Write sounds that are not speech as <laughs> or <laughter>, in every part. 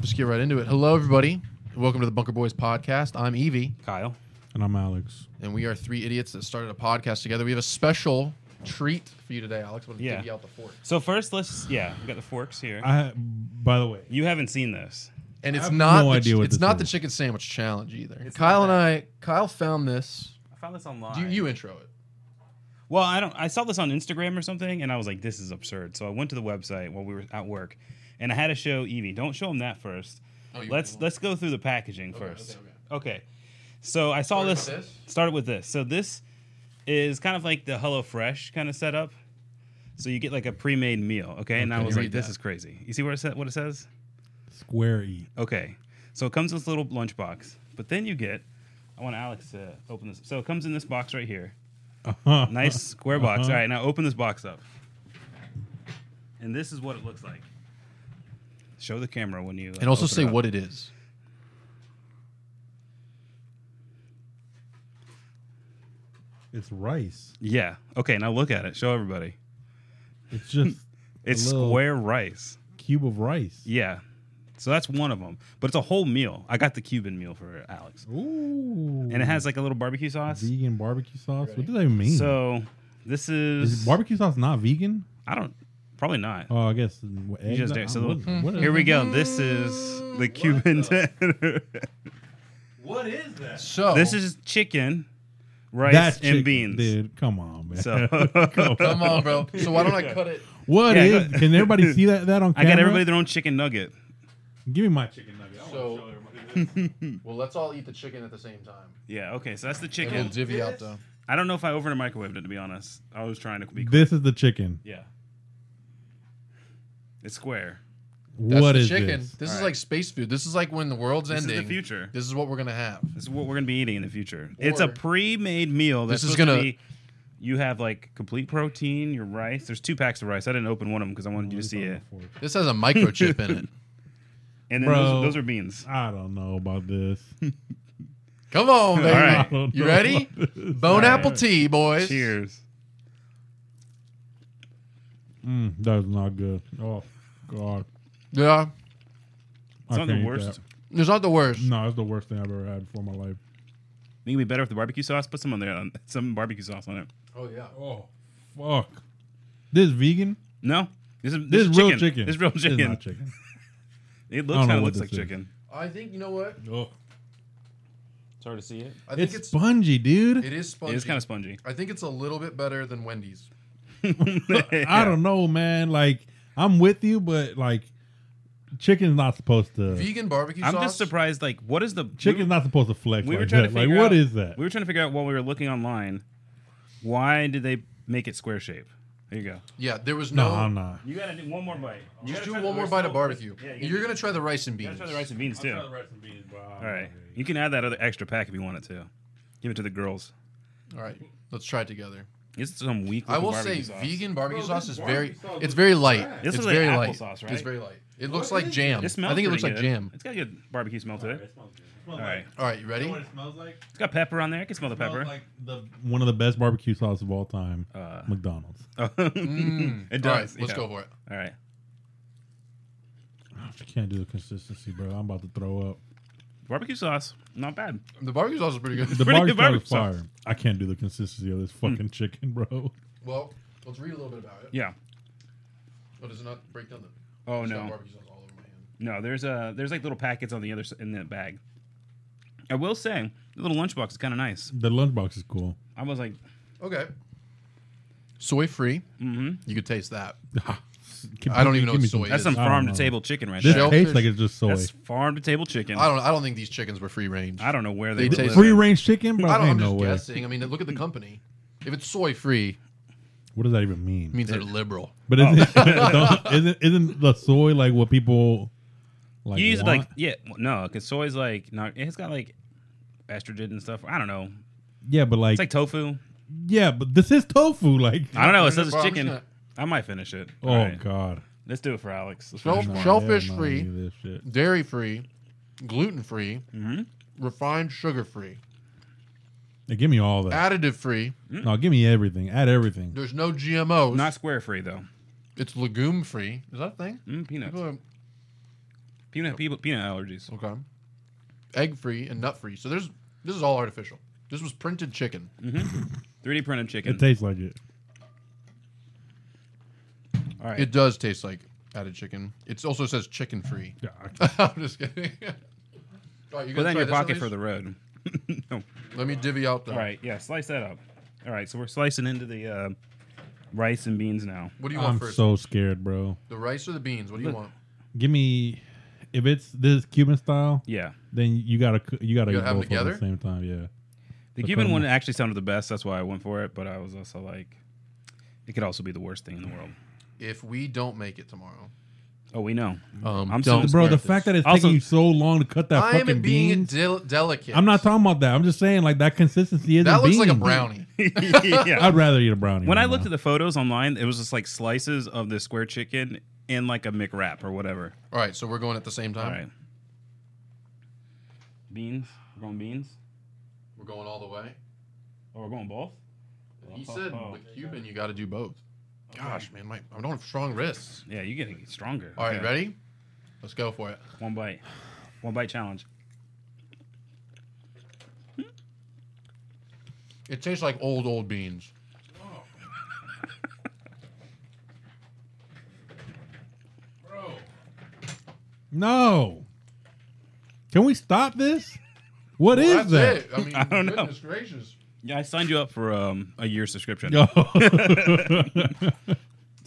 just get right into it. Hello, everybody. Welcome to the Bunker Boys podcast. I'm Evie, Kyle. And I'm Alex. and we are three idiots that started a podcast together. We have a special treat for you today, Alex. I'm going to Yeah. give you out the fork. So first, let's yeah, we got the forks here. I, by the way, you haven't seen this. And it's have not no the, idea what it's this not is. the chicken sandwich challenge either. It's Kyle and not I Kyle found this. I found this online. Do you, you intro it? Well, I don't. I saw this on Instagram or something, and I was like, "This is absurd." So I went to the website while we were at work, and I had to show Evie. Don't show him that first. Oh, you- let's you- let's go through the packaging Okay, first. Okay, So I saw Started this, with this? Started with this. So this is kind of like the HelloFresh kind of setup. So you get like a pre-made meal, okay? and I Okay, was Oh, read like, "This that. is crazy." You see what it sa- what it says? square E. eat. Okay. So it comes in this little lunchbox, but then you get. I want Alex to open this. So it comes in this box right here. Nice square box. Uh-huh. All right, now open this box up. And this is what it looks like. Show the camera when you. uh, And also open say it up. what it is. <laughs> It's rice. Yeah. Okay, now look at it. Show everybody. It's just <laughs> It's A little- square rice. cube of rice. Yeah. So that's one of them. But it's a whole meal. I got the Cuban meal for Alex. Ooh. And it has like a little barbecue sauce. vegan barbecue sauce. What does that even mean? So this is. is barbecue sauce not vegan? I don't. Probably not. Oh, I guess You egg, just do. So what- look- what is here we it? go. This is the Oh. Cuban <laughs> dinner. What is that? So this is chicken, rice, That's and chicken, beans. Dude, come on, man. So- <laughs> <laughs> Come on. come on, bro. So why don't I cut it? What Yeah, is- go- Can everybody see that? That on <laughs> I camera? got everybody their own chicken nugget. Give me my chicken nugget. I So- wanna show everybody this. <laughs> Well, let's all eat the chicken at the same time. Yeah, okay, so that's the And we'll chicken. divvy out the. I don't know if I over and microwaved it to be honest. I was trying to be quick. this is the chicken. Yeah. It's square. That's what the is chicken. this? is Alright. like space food. This is like when the world's This ending. is the future. This is what we're gonna have. This is what we're gonna be eating in the future. it's a Or- pre-made meal. That's This is supposed to gonna- be- you have like complete protein, your rice. There's two packs of rice. I didn't open one of them because I wanted you to see it. This has a microchip in it. And then those, Bro. those are beans. I don't know <laughs> about this. Come on, baby. Alright. <laughs> I don't You know ready? about this. Bone Alright. apple tea, boys. Cheers. Mm, that's not good. Oh God, Yeah. It's I not the can't eat worst. that. It's not the worst. No, it's the worst thing I've ever had for my life. Think it'd be better with the barbecue sauce. Put some on there. uh, Some barbecue sauce on it. Oh yeah. Oh fuck! This vegan? No, this is This, this, is real chicken. This is real This is chicken. <laughs> not chicken. It I looks don't know kind of what looks like this is. chicken. I think you know what? Oh, It's hard to see it. I think it's, it's, spongy, dude. it is spongy. It is kind of spongy. I think it's a little bit better than Wendy's. <laughs> I don't know, man. Like I'm with you, but like chicken's not supposed to. Vegan barbecue <laughs> I'm sauce. just surprised. Like, what is the Chicken's We, not supposed to flex. we were like trying that. to like figure what out, is that? We were trying to figure out while we were looking online. Why did they make it square shape? There you go. Yeah, there was no. no, I'm not. You gotta do one more bite. You Just do one more bite of barbecue. you are gonna try the rice and beans. gotta try the rice and beans too. All uh, right, you can add that other extra pack if you want it to. Give it to the girls. All right, let's try it together. It's some weak. I will looking say, barbecue sauce. vegan barbecue Bro, sauce this is barbecue very. sauce It's looks very light. trash. This It's is like very light. applesauce, right? It's very light. It looks What like is jam. It smells I think it pretty looks like good. jam. It's got a good barbecue smell to it. All All right, right. All right, you ready? smells like? it's got pepper on there. I can smell the pepper. one of the best barbecue sauces of all time, Uh, McDonald's. Mm. it does. All right, let's yeah. go for it. All right. I can't do the consistency, bro. I'm about to throw up. Barbecue sauce, not bad. The barbecue sauce is pretty good. The Pretty barbecue good sauce is barbecue fire. I can't do the consistency of this Hmm. fucking chicken, bro. <laughs> Well, let's read a little bit about it. Yeah. Oh, does it not break down the? Oh it's got no, Barbecue sauce all over my hand. no. There's uh there's like little packets on the other s- in the bag. I will say the little lunchbox is kind of nice. The lunchbox is cool. I was like, Okay. Soy free. mm-hmm. You could taste that. <laughs> Can- I don't even know what give me soy That's is. some I don't farm to know. table chicken right This there. Shell- tastes Shellfish. like it's just soy. That's farm to table chicken. I I don't. I don't think these chickens were free range. I don't know where they, They live. taste- Free range chicken, bro. don't. I'm ain't just no way. guessing. I mean, look at the company. If it's soy free, What does that even it mean? means they're liberal. <laughs> But isn't, Oh. <laughs> don't- isn't isn't the soy like what people like? You use it want? like yeah, well, no, because soy's like not. It's got like estrogen and stuff. I don't know. yeah, but like, It's like tofu. yeah, but this is tofu. Like, I don't know. No, no, It says bro, it's I'm chicken. just I might finish it. oh All right. god, Let's do it for Alex. Let's Well, finish no. one. Shellfish Hell no, free. I need This shit. Dairy free, gluten free, Mm-hmm. refined sugar free, Hey, give me all that. additive free. no, give me everything. Add everything. There's no GMOs. Not square free though. it's legume free. Is that a thing? Mm, peanuts. People are- Peanut people, peanut allergies. Okay. Egg free and nut free. So there's this is all artificial. This was printed chicken. 3D printed chicken. It tastes like it. All right. It does taste like added chicken. It also says chicken free. Yeah, I- <laughs> I'm just kidding. all right, you gonna Put that in try your this at pocket for least? the road. <laughs> no. Let me divvy out the. All right. Yeah. Slice that up. All right. So we're slicing into the uh, rice and beans now. What do you want I'm first? so scared, bro. the rice or the beans? What do you want? Give me if it's this Cuban style, Yeah. then you gotta coo- you gotta, You gotta have 'em eat both of 'em at together? the same time. Yeah, The The Cuban cone. one actually sounded the best. That's why I went for it. But I was also like, it could also be the worst thing in the world. If we don't make it tomorrow, Oh, we know. <laughs> um, I'm don't so- bro. The start fact this. that it's Also- taking you so long to cut that I am fucking being beans. del- delicate. I'm not talking about that. I'm just saying like that consistency isn't. That looks like a beans. brownie. yeah. I'd rather eat a brownie. When right I looked now. at the photos online, it was just like slices of the square chicken in like a McWrap or whatever. All right, so we're going at the same time. All right. Beans. We're going beans. We're going all the way. Oh, we're going both. He Oh, said oh. with Cuban, you got to do both. Gosh, man, my, I don't have strong wrists. Yeah, you're getting stronger. All right, Okay. ready? Let's go for it. One bite. One bite challenge. It tastes like old, old beans. no, can we stop this? What is That's that? it. I mean, I don't know. goodness gracious. Yeah, I signed you up for um, a year subscription. This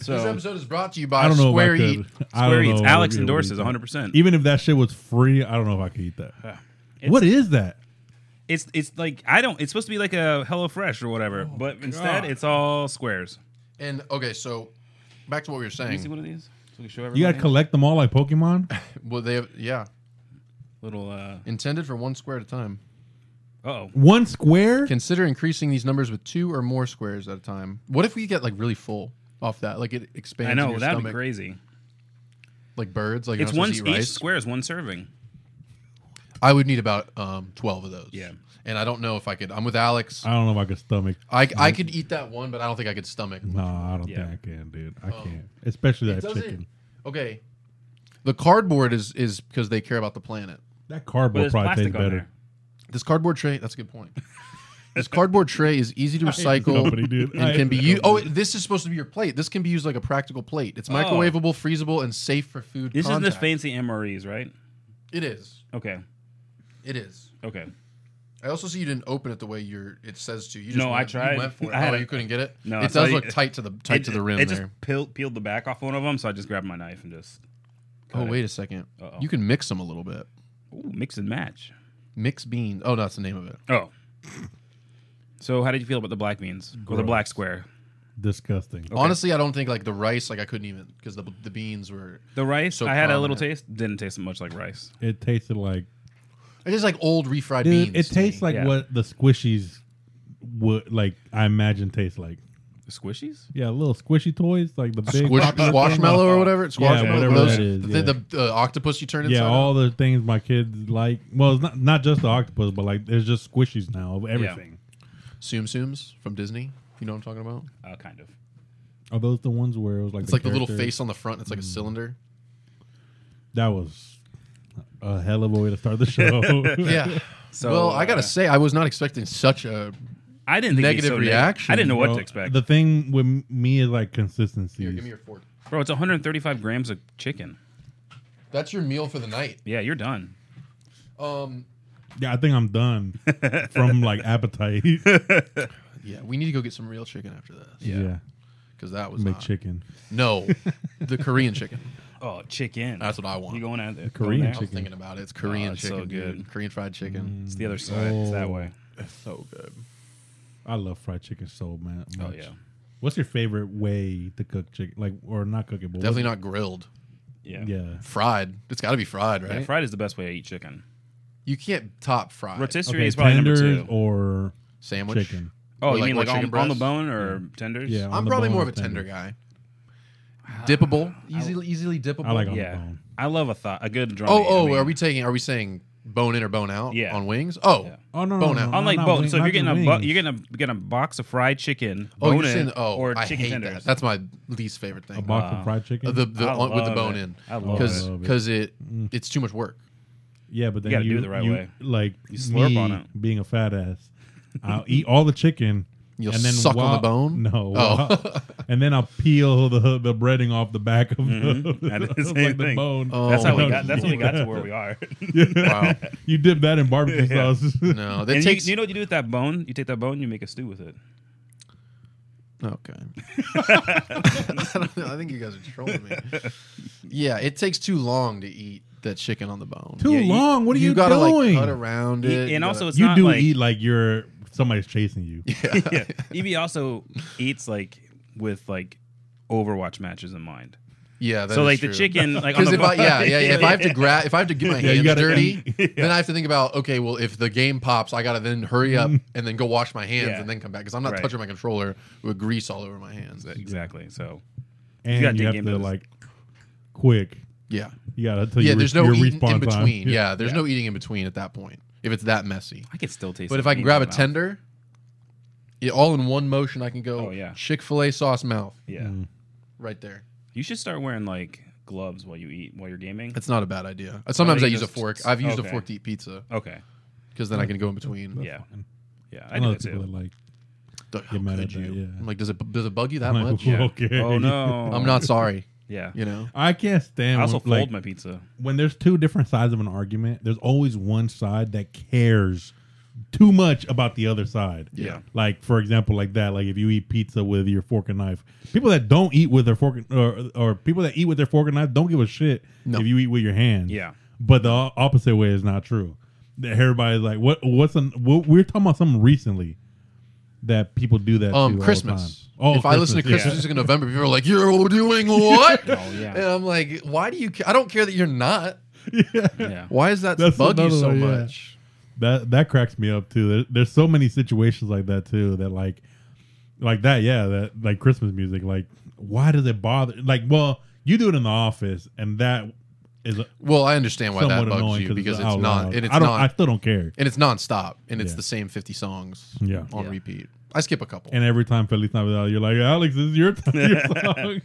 So episode is brought to you by <laughs> I don't know Square if I Eat. could. I Square don't Eats. know Alex if I would endorses eat that. 100%. Even if that shit was free, I don't know if I could eat that. what is that? it's it's like I don't. It's supposed to be like a Hello Fresh or whatever, Oh, but instead God. it's all squares. And okay, so back to what we were Can you see saying. one of these? So we can show You everybody. gotta collect them all like Pokemon. Well, they have, yeah, little. Uh intended for one square at a time. oh. One square. Consider increasing these numbers with two or more squares at a time. What if we get like really full off that? Like it expands. I in know your that'd stomach, be crazy. Like birds. Like It's you're one not supposed each to eat rice. square is one serving. I would need about um, twelve of those. Yeah. Uh, And I don't know if I could. I'm with Alex. I don't know if I could stomach. I, mm-hmm. I could eat that one, but I don't think I could stomach. No, I don't Yeah. think I can, dude. I can't, especially that Oh. doesn't- chicken. Okay. The cardboard is is because they care about the planet. That But cardboard there's probably tastes plastic on better. there. This cardboard tray. That's a good point. This cardboard tray is easy to recycle company, dude. I and <laughs> hate can be this used. Oh, it- this is supposed to be your plate. This can be used like a practical plate. It's microwavable, freezable, and safe for food. This is contact. the fancy MREs, right? It is. Okay. It is. Okay. I also see you didn't open it the way you're. It says to. You just No, I went, you tried. went for it. I had oh, a- you couldn't get it. No, it I does saw you- look tight to the tight It- to the rim It just there. peeled, peeled the back off one of them, so I just grabbed my knife and just Oh cut it. wait a 2nd Uh-oh. You can mix them a little bit. Ooh, mix and match. Mix beans. Oh, no, that's the name of it. Oh. So how did you feel about the black beans or the Gross. black square? Disgusting. Honestly, I don't think like the rice. Like I couldn't even because the the beans were. The rice, So I had a little prominent. taste. Didn't taste much like rice. It tasted like It is like old refried dude. beans. It tastes like Yeah. what the squishies would like. I imagine tastes like. The squishies? Yeah, little squishy toys like the big Squish, popular thing. squashmallow or whatever. It's Yeah, Squashmallow. whatever those, that is, The, yeah. the, the octopus you turn inside. Yeah, out. all the things my kids like. Well, it's not not just the octopus, but like there's just squishies now of everything. Tsum Tsums from Disney. You know what I'm talking about? Uh, kind of. Are those the ones where it was like It's like the little character- face on the front. It's like a Mm. cylinder. That was a hell of a way to start <laughs> the show. <laughs> Yeah. So, well, I uh, gotta say, I was not expecting such a. I didn't think it'd be Negative so neg- reaction, I didn't know what Well, to expect, The thing with me is like consistency. Here, give me your fork. bro. It's 135 grams of chicken. That's your meal for the night. Yeah, you're done. Um. yeah, I think <laughs> I'm done from like appetite. <laughs> Yeah, we need to go get some real chicken after this. Because that was make not- chicken. <laughs> No, the Korean chicken. Oh, chicken. That's what I want. you going at it. Korean I going was chicken. Ah, thinking about it. It's Korean it's so chicken, dude. good. Korean fried chicken. Mm. It's the other side. It's that way. It's so good. I love fried chicken so man. Oh much. yeah, What's your favorite way to cook chicken? Like or not cook it, but Definitely not grilled. yeah, what- Yeah. Fried. It's got to be fried, right? Yeah, fried is the best way to eat chicken. You can't top fried Rotisserie Okay, is probably number tenders two. or sandwich. chicken. oh, or you like mean what, like on, chicken on the breasts? bone or tenders? Yeah. on I'm the probably bone more of or a tender tenders. guy. Dippable, easily easily dippable. I like on the yeah. bone. I love a thigh, a good drum. Oh, oh, are we taking? Are we saying bone in or bone out Yeah. on wings? Oh, Yeah. Oh no, no, Bone no, out. no, Unlike not bone, wing- so if not you're getting a your bu- wings. you're getting a getting a box of fried chicken, oh, bone you're in, saying oh, or I chicken hate tenders. that. That's my least favorite thing. a box Wow. of fried chicken. Uh, the the I on, with the love bone it. in I love because it. because it Mm. it's too much work. yeah, but then gotta you do it the right you- way. Like You slurp me on it. Being a fat ass, I'll eat all the chicken. <laughs> You'll and then suck on the while- bone? No. Oh. while- <laughs> and then I'll peel the the breading off the back of the, <laughs> Mhm. I did the of, <laughs> same like, the thing. bone. Oh, That's how we my got. That's how we got to <laughs> God. where we are. Wow, You dip that in barbecue <laughs> Yeah. sauce. <laughs> no, that and takes you, you know what you do with that bone? You take that bone, you make a stew with it. Okay. <laughs> I, don't know. I think you guys are trolling <laughs> me. Yeah, it takes too long to eat that chicken on the bone. Too Yeah, you- long. what are you, gotta doing? like cut around it. And you also, gotta- it's you not do like eat like you're somebody's chasing <laughs> you. yeah. Evie also eats like with like Overwatch matches in mind. yeah. that so is like true. the <laughs> chicken, like on Because the if I bone- yeah, yeah, yeah, if I <laughs> have to grab if I have to get my Yeah, you hands gotta dirty, then I have to think about okay, well if the game pops, I gotta then hurry up and then go wash my hands Mm-hmm. Yeah. and then come back because I'm not Right. touching my controller with grease all over my hands. exactly. So And gotta you, dig have in to those. like quick. Yeah, You gotta tell yeah. your, There's no your eating respawn in time. between. <laughs> Yeah, there's no eating in between at that point if it's that messy. I can still taste. But the if I meat can in grab my a mouth. tender, yeah, all in one motion, I can go Oh, yeah. Chick fil A sauce mouth yeah, Mm. right there. you should start wearing like gloves while you eat while you're gaming. That's not a bad idea. Uh, Sometimes you I use a just- fork. I've used okay. a fork to eat pizza Okay, because then I can go in between. yeah, yeah, I, I do know that people too. that like. Duh, How Get mad could at that, you? yeah. I'm like, does it does it bug you that I'm like, much? Yeah. okay. Oh no, <laughs> I'm not sorry. Yeah, You know. I can't stand. I also when, like, fold my pizza. when there's two different sides of an argument, there's always one side that cares too much about the other side. Yeah. Like for example, like that. Like if you eat pizza with your fork and knife, people that don't eat with their fork and- or or people that eat with their fork and knife don't give a shit No. if you eat with your hands. Yeah. But the o- opposite way is not true. That Everybody's like, what? What's an? What, we were talking about something recently that people do that. to all Um, the Christmas. time. Oh, if I listen to yeah. <laughs> Christmas music in November, people are like, "You're doing what?" Oh And yeah, <laughs> I'm like, "Why do you? Ca- I don't care that you're not. yeah. Why is that That's bug you another so one, yeah. much?" that that cracks me up too. There, there's so many situations like that too. That like, like that, yeah. That like Christmas music. Like, why does it bother? Like, well, you do it in the office, and that is Well, I understand why somewhat that bugs annoying you because it's, out not, loud. and it's I don't. not. I still don't care. and it's nonstop, and it's Yeah. Mm. the same fifty songs Yeah. on Yeah. repeat. I skip a couple. And every time Feliz Navidad, you're like, Alex, this is your, <laughs> time, your song.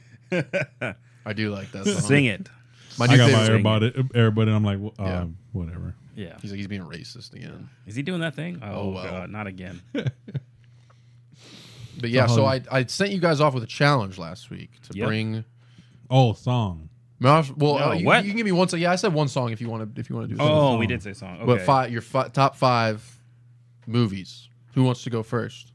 I do like that song. Sing it. My I new got my favorite. Sing it. AirPod, AirPod, and I'm like, well, um, Yeah. whatever. Yeah. He's like he's being racist again. Is he doing that thing? Oh, Oh, well. god, not again. <laughs> But yeah, so I, hug. I sent you guys off with a challenge last week to Yep. bring. Oh, song. Well, uh, you, what? you can give me one song. Yeah, I said one song if you want to. If you want to do. something. Oh, we did say song. Okay. but five your fi- top five movies. Who wants to go first?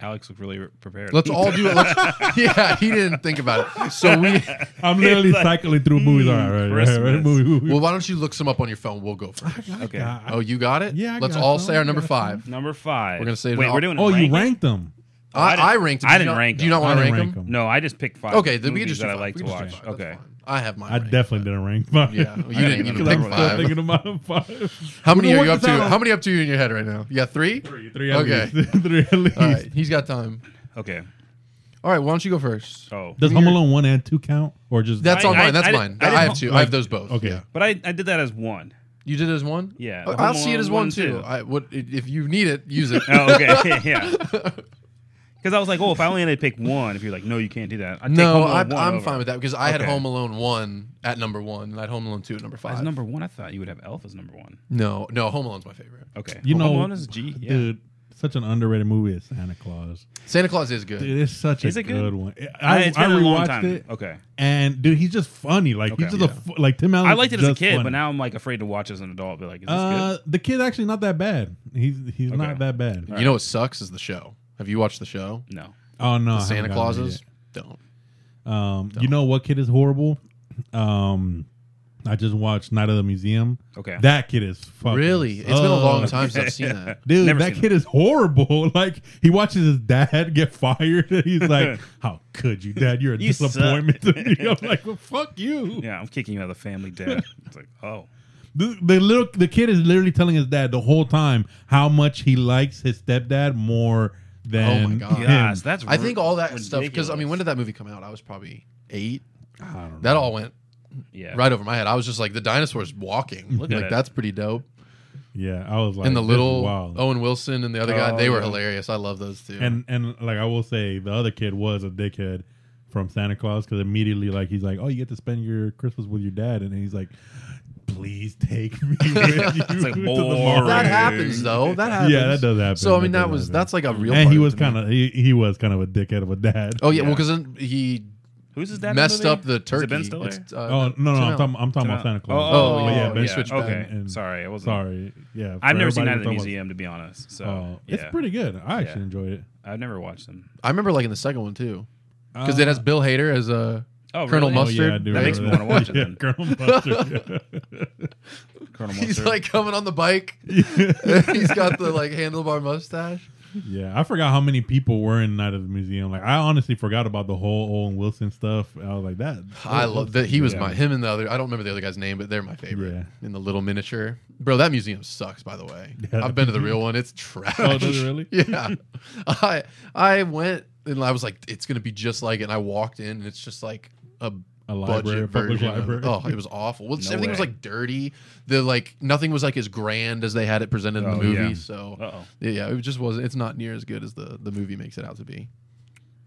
Alex looked really prepared. Let's all do it. <laughs> Let's, <laughs> yeah, he didn't think about it. So we. I'm literally like, "Hmm, cycling through movies. All right, right, right, right, Christmas. <laughs> movie, movie. Well, why don't you look some up on your phone? We'll go first. okay. God. Oh, you got it. Yeah, I Let's got all some. say our I number got five. Number five. We're gonna save it Wait, all- we're doing. oh, ranking? you ranked them. Oh, I I, didn't- I ranked. 'em. Do I you didn't not- rank Do you not them. want I to didn't rank rank them? them. No, I just picked five. Okay, then we can movies just do that I five. like We to can watch. just do five. That's Okay. fine. I have mine. I ranked. definitely didn't rank mine. Yeah, well, you I didn't didn't even even pick remember Still five. thinking about <laughs> five. How many We are worked you up this to? out. How many up to you in your head right now? You got three. Three, three at Okay. least. <laughs> three at least. All right, he's got time. Okay. All right, why don't you go first? Oh. Does Home Alone one and two count, or just That's I- all I- mine. That's I didn't- mine. I I, didn't have know- two. I like- have those both. okay? Yeah. But I, I did that as one. You did it as one. Yeah, Oh, Home I'll see it Alone as one one, too. too. I would i- if you need it, use <laughs> it. Oh, okay. <laughs> yeah. Because I was like, oh, if I only had to pick one, if you're like, no, you can't do that. I'd No, I, take I'm fine with that because I had Okay. Home Alone one at number one, and I had Home Alone two at number As five. number one, I thought you would have Elf as number one. no, no, Home Alone's my favorite. Okay. You Home know, Alone is G. Yeah. dude. Such an underrated movie is Santa Claus. Santa Claus is good. Dude, it's such Is a it good? good? one. I, I, it's I been a rewatched long time. it, Okay. and dude, he's just funny. Like Okay. he's just a fu- like Tim Allen. I liked it as a kid, but now I'm like afraid to watch as an adult. Be like, is this uh, the kid's actually not that bad. He's he's Okay. not that bad. you know what sucks is the show. Have you watched the show? good? No. Oh no, I The haven't Santa gotten it Clauses? Don't. yet. Um, you know what kid is horrible? Um, I just watched Night of the Museum. Okay. That kid is fucking Really? It's been a long sucks. time since I've <laughs> seen that. Dude, Never that seen kid is horrible. <laughs> Like he watches his dad <laughs> get fired, and <laughs> he's like, "How could you, Dad? You're a You suck." disappointment to me." <laughs> I'm like, "Well, fuck you." yeah, I'm kicking you out of the family, <laughs> Dad. it's like, oh, The, the little the kid is literally telling his dad the whole time how much he likes his stepdad more than Oh my God. him. gosh, that's. I think all that ri- stuff because I mean, when ridiculous. did that movie come out? I was probably eight. I don't know. That all went yeah, right over my head. I was just like, the dinosaurs walking. Look at like it. that's pretty dope. Yeah, I was like, and the this is little wild. Owen Wilson and the other guy, Oh, they were yeah. hilarious. I love those two. and and like I will say, the other kid was a dickhead from Santa Claus because immediately like he's like, oh, you get to spend your Christmas with your dad, and he's like, please take <laughs> me with you. It's like to the boring. mall." that happens though. That happens. Yeah, that does happen. So I mean, does that was happen. that's like a real. and part he of it was to me. kind of he, he was kind of a dickhead of a dad. Oh yeah, well, Yeah. because he Who's his dad? in the messed movie? up the Is it turkey. Ben Stiller? It's, uh, Oh no, no, Tim I'm Allen. talking, I'm talking about Tim Allen. Santa Claus. Oh, but yeah, Ben- yeah. switched okay. back and- sorry, I wasn't. sorry, yeah. for I've never seen everybody that at the talking about- museum, to be honest. So Oh, yeah, it's pretty good. I actually Yeah. enjoyed it I've never watched them. I remember liking the second one too because Uh, it has Bill Hader as a <laughs> Oh, Colonel really? Mustard. That makes me remember wanna watch it Yeah, then. <laughs> Colonel Mustard. <laughs> Colonel he's Mustard. like coming on the bike. <laughs> <laughs> he's got the like handlebar mustache. yeah, I forgot how many people were in Night of the Museum. Like, I honestly forgot about the whole Owen Wilson stuff. I was like, that. I love that he was yeah. my him and the other. I don't remember the other guy's name, but they're my favorite. Yeah. In the little miniature, bro. That museum sucks. By the way, Yeah. I've been to the real one. It's trash. Oh, does it really? <laughs> yeah, I I went and I was like, it's gonna be just like it. And I walked in and it's just like a A library, budget a public version. of- library. oh, it was awful. Well, No everything was way. like dirty. The like nothing was like as grand as they had it presented in Oh, the movie. yeah. So Uh-oh. yeah, it just wasn't. It's not near as good as the the movie makes it out to be.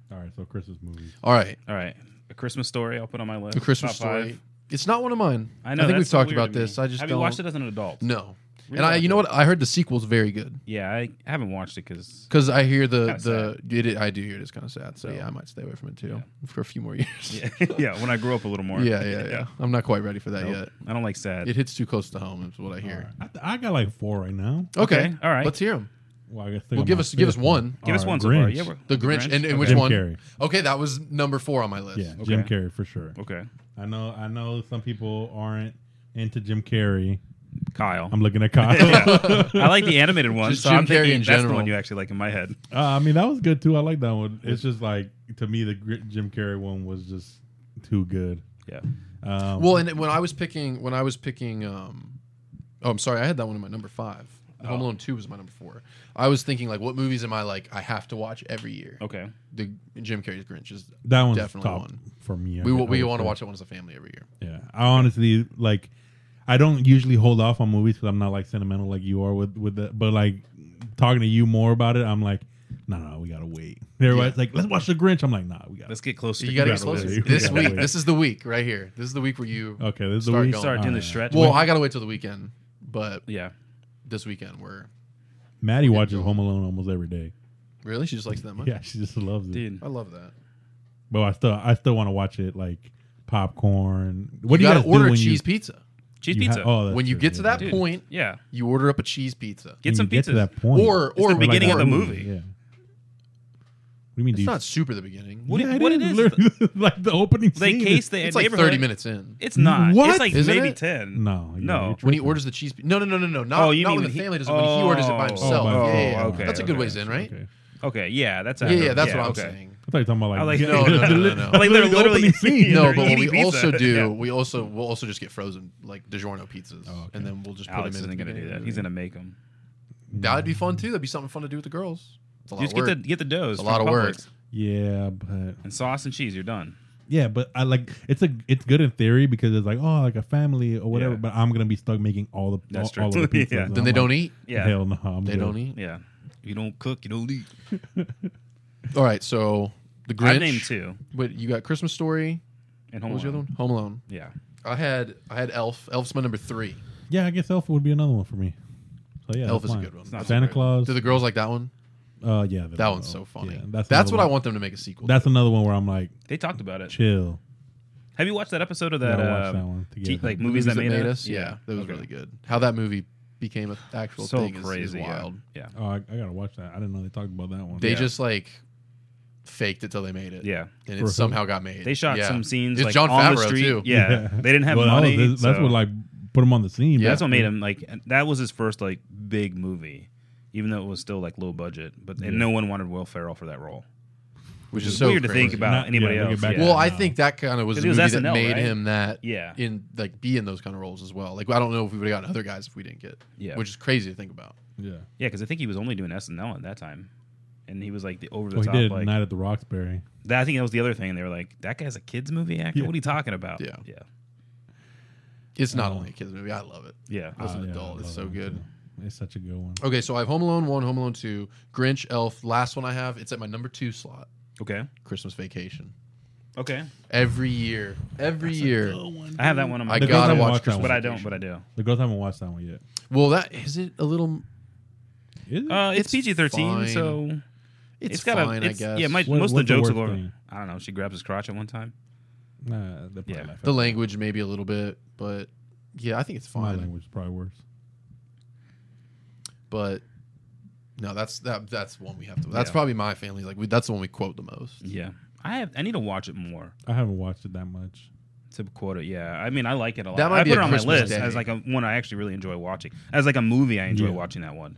All right, so Christmas movies. All right, All right, a Christmas story. I'll put on my list. a Christmas Top five. story. It's not one of mine. I know. I think we've that's so talked weird about to me. this. I just have don't, you watched it as an adult? No. Rewatch and I, you know it. what? I heard the sequel's very good Yeah, I haven't watched it because because I hear the Kinda the it, I do hear it is kind of sad. So So- yeah, I might stay away from it too for a few more <laughs> years. yeah, <laughs> yeah, when I grew up a little more. yeah, yeah, yeah. I'm not quite ready for that Nope. yet. I don't like sad. It hits too close to home, is what I All right. hear. I, th- I got like four right now. Okay, Okay, all right. Let's hear them. Well, I guess Well, give us give us one. Give us All one right, so far. Grinch. Yeah, we're- The Grinch, and, and which Jim one? Carrey. Okay, that was number four on my list. Yeah, Okay. Jim Carrey for sure. Okay, I know. I know some people aren't into Jim Carrey. Kyle. I'm looking at Kyle. <laughs> <laughs> Yeah. I like the animated one, Just so Jim I'm thinking Carrey in that's the general. one you actually like in my head. Uh, I mean, that was good too. I like that one. It's just like to me, the Gr- Jim Carrey one was just too good. Yeah. Um, Well, and when I was picking, when I was picking, um, oh, I'm sorry, I had that one in my number five. Home Oh. Alone Two was my number four. I was thinking like, what movies am I like? I have to watch every year. Okay. The Jim Carrey's Grinch is. that one's definitely top one. for me. I We gu- we, I we would want to say. watch that one as a family every year. Yeah, I honestly like. I don't usually hold off on movies because I'm not like sentimental like you are with with the. But like talking to you more about it, I'm like, no, no, we gotta wait. <laughs> Everybody's like, let's watch the Grinch. I'm like, nah, we gotta. Let's get closer. You to got to the get closer. wait. This We gotta week, wait. this is the week right here. This is the week where you. Okay, this is the Start week. going. Start doing Oh, the yeah. stretch. Well, I gotta wait till the weekend, but yeah. this weekend we're Maddie watches go. Home Alone almost every day. <laughs> really. She just likes it that much. Yeah, she just loves it. Dude. I love that. But I still, I still want to watch it like popcorn. What do you gotta guys do order when you- cheese pizza. Cheese you ha- pizza. oh, that's When you true, get to yeah. that Dude. point, Yeah. you order up a cheese pizza. Get When some you get pizza. to that point, Or or the beginning or- of the movie. Yeah. What do you mean? It's do you- not super the beginning. What, Yeah, it, what it is, is? literally, <laughs> like the opening. they scene. case the It's like neighborhood. thirty minutes in. It's not. What? It's like Isn't maybe it? ten. No, yeah, No. you're When he tripping. orders the cheese, pi- no, no, no, no, no, not, Oh, you not mean when the when he- family does it. When he orders it by Oh, himself, by yeah, yeah, yeah. okay, that's a good okay. ways in, right? Okay. Okay. Yeah. That's Yeah, yeah, that's yeah, what I'm okay. saying. I thought you were talking about like, I like- <laughs> yeah, No, no, no, no, no. Like, they're the literally- opening scene. Yeah, no, they're but what we eating pizza. also do, Yeah. we also we'll also just get frozen like DiGiorno pizzas, Oh, okay. and then we'll just put Alex them in. isn't at the gonna do beginning. that. He's gonna make them. That'd be fun too. That'd be something fun to do with the girls. It's a lot Just of get work. the get the doughs. It's a from lot of work. Publix. Yeah, but And sauce and cheese. You're done. yeah, but I like it's a it's good in theory because it's like oh like a family or whatever. Yeah. But I'm gonna be stuck making all the That's all, true. <laughs> all of the Yeah. pizzas. Then And then I'm they like, don't eat. Yeah. Hell no, I'm They good. don't eat. Yeah. You don't cook. You don't eat. All right, so the Grinch. I've named two. Wait, you got Christmas Story. And What Home was the other Alone. one? Home Alone. Yeah. I had I had Elf. Elf's my number three. Yeah, I guess Elf would be another one for me. So yeah, Elf that's is a mine. good one. It's not Santa so Claus. Do the girls like that one? Uh, yeah, That one's Oh, so funny. Yeah, that's another what one. I want them to make a sequel. That's to. another one where I'm like, They talked about it. chill. Have you watched that episode of Yeah, that? I watched uh, that one t- together. like movies, that, made, us. Yeah, that was Okay. really good. How that movie became an actual so thing is- crazy. is, yeah. wild. Yeah. Oh, I, I gotta watch that. I didn't know they talked about that one. They Yeah. just like faked it till they made it. Yeah. and For it who? somehow got made. They shot Yeah. some scenes It's like Jon on the Favreau, street. too. Yeah. <laughs> <laughs> They didn't have Well, that was- money. that's so- what like put him on the scene. Yeah. but- that's what made him like that was his first like big movie, even though it was still like low budget. But and Yeah. no one wanted Will Ferrell for that role. which It's is so weird to crazy. think about Not- anybody yeah, look else. at back- yeah. Well, I no. think that kind of was the 'Cause he was movie that SNL, made right? him that. yeah, In like be in those kind of roles as well. Like I don't know if we would have gotten other guys if we didn't get, yeah, which is crazy to think about. Yeah. yeah, because I think he was only doing SNL at that time, and he was like the over the Well, he top. did like Night at the Roxbury. that, I think that was the other thing. They were like, "That guy's a kids movie actor. Yeah. What are you talking about?" Yeah. yeah, It's not Oh. only a kids movie. I love it yeah. as Oh, an yeah, I adult. It's love so that good. Oh, too. It's such a good one. Okay, so I have Home Alone one, Home Alone two, Grinch, Elf. Last one I have. It's at my number two slot. Okay. Christmas Vacation. Okay. Every year, every year. I have that one on my I The girls gotta haven't watch watched that Christmas. one. but I don't, but I do. The girls haven't watched that one yet. Well, that is it. A little. Is it? Uh, it's, It's PG thirteen, fine. so It's, got fine, a. It's, I guess. Yeah, my, What- most of the what's the jokes worst about. thing? I don't know. She grabs his crotch at one time. nah, they're probably yeah. laughing. the language maybe a little bit, but yeah, I think it's My fine. language is probably worse. But no, that's that. That's one we have to. That's Yeah. probably my family. Like we, that's the one we quote the most. Yeah, I have. I need to watch it more I haven't watched it that much. to quote it. Yeah, I mean, I like it a lot. That might I be put it a on my Christmas list day. as like a one I actually really enjoy watching. As like a movie, I enjoy Yeah. watching that one.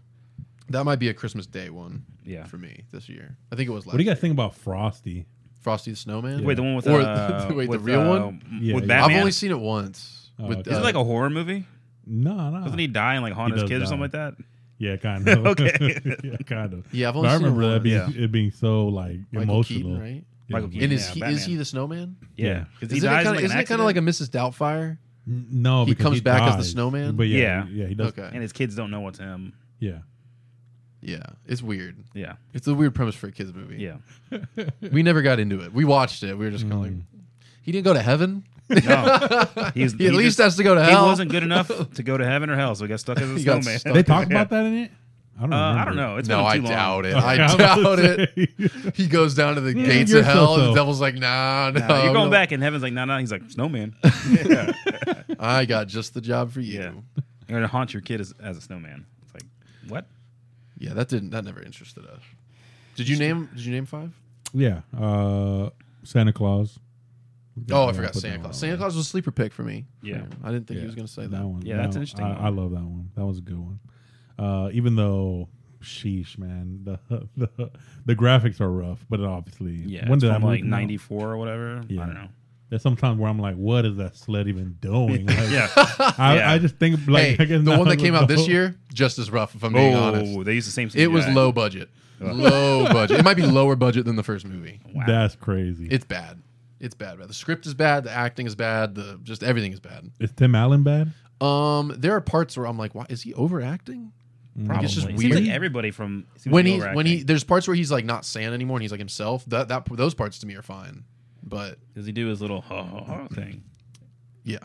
That might be a Christmas Day one Yeah. for me this year. I think it was last. What do you guys think about Frosty? Frosty the Snowman. Wait, the one with Or- uh, <laughs> wait, the with, real uh, one? m- Yeah, with yeah. Batman. I've only seen it once. Oh, with, uh, okay. Is it like a horror movie? No, no. Doesn't he die and like haunt He his does kids or something like die. that? Yeah, <laughs> kind of. Okay. <laughs> yeah, kind of. yeah, I've But only I seen it remember that once. being once. it being so like Michael emotional. Keaton, right? Yeah. Michael Keaton. And is Yeah, he is Batman. he the snowman? Yeah, because Isn't it kind of isn't it kind of like a Mrs. Doubtfire? N- No, He because comes back as the dies. snowman? But yeah, Yeah. yeah, he does. Okay, and his kids don't know what's him. Yeah, yeah, it's weird. Yeah, It's a weird premise for a kids movie. yeah. we never got into it. We watched it. We were Hmm. just kind of like, he didn't go to heaven. No, he's He at he least just- has to go to he hell. wasn't <laughs> good enough to go to heaven or hell, so he got stuck as a He got snowman. stuck. they Okay. <laughs> talk about that in it. I don't. Uh, I remember. don't know. It's no, been I too long. <laughs> doubt <laughs> it. Okay, I <laughs> was doubt gonna it. say. <laughs> He goes down to the Yeah, gates you're of hell, and the so-so. devil's like, nah, no. No, you're no. going back, and heaven's like, no, no. He's like, snowman. <laughs> <laughs> I got just the job for you. Yeah. Yeah. You're gonna haunt your kid as, as a snowman. It's like, what? that didn't. That never interested us. Did you name? Did you name five? yeah, uh, Santa Claus. oh, Yeah, I forgot put Santa that Claus. one. Santa Claus was a sleeper pick for me. Yeah. I didn't think Yeah, he was going to say that, that. one. Yeah, that that's one- interesting. I, I love that one. That was a good one. Uh, even though, sheesh, man, the <laughs> the, the graphics are rough, but obviously, Yeah. when it's did that from movie like come out? '94 or whatever? I Yeah. don't know. There's sometimes where I'm like, what is that sled even <laughs> doing? Like, Yeah. I, Yeah. I just think like <laughs> hey, I guess the now one I that came don't out this know. year, just as rough. If I'm being honest, Oh, they used the same. it was CGI. low budget. Low budget. It might be lower budget than the first movie. Wow. oh, That's crazy. It's bad. It's bad. bad. The script is bad. The acting is bad. The just everything is bad. is Tim Allen bad? Um, there are parts where I'm like, why is he overacting? Probably. Like, it's just It seems weird. like everybody from it seems when like he when he overacting. there's parts where he's like not Santa anymore and he's like himself. That that those parts to me are fine. But does he do his little ho ho ho thing? yeah,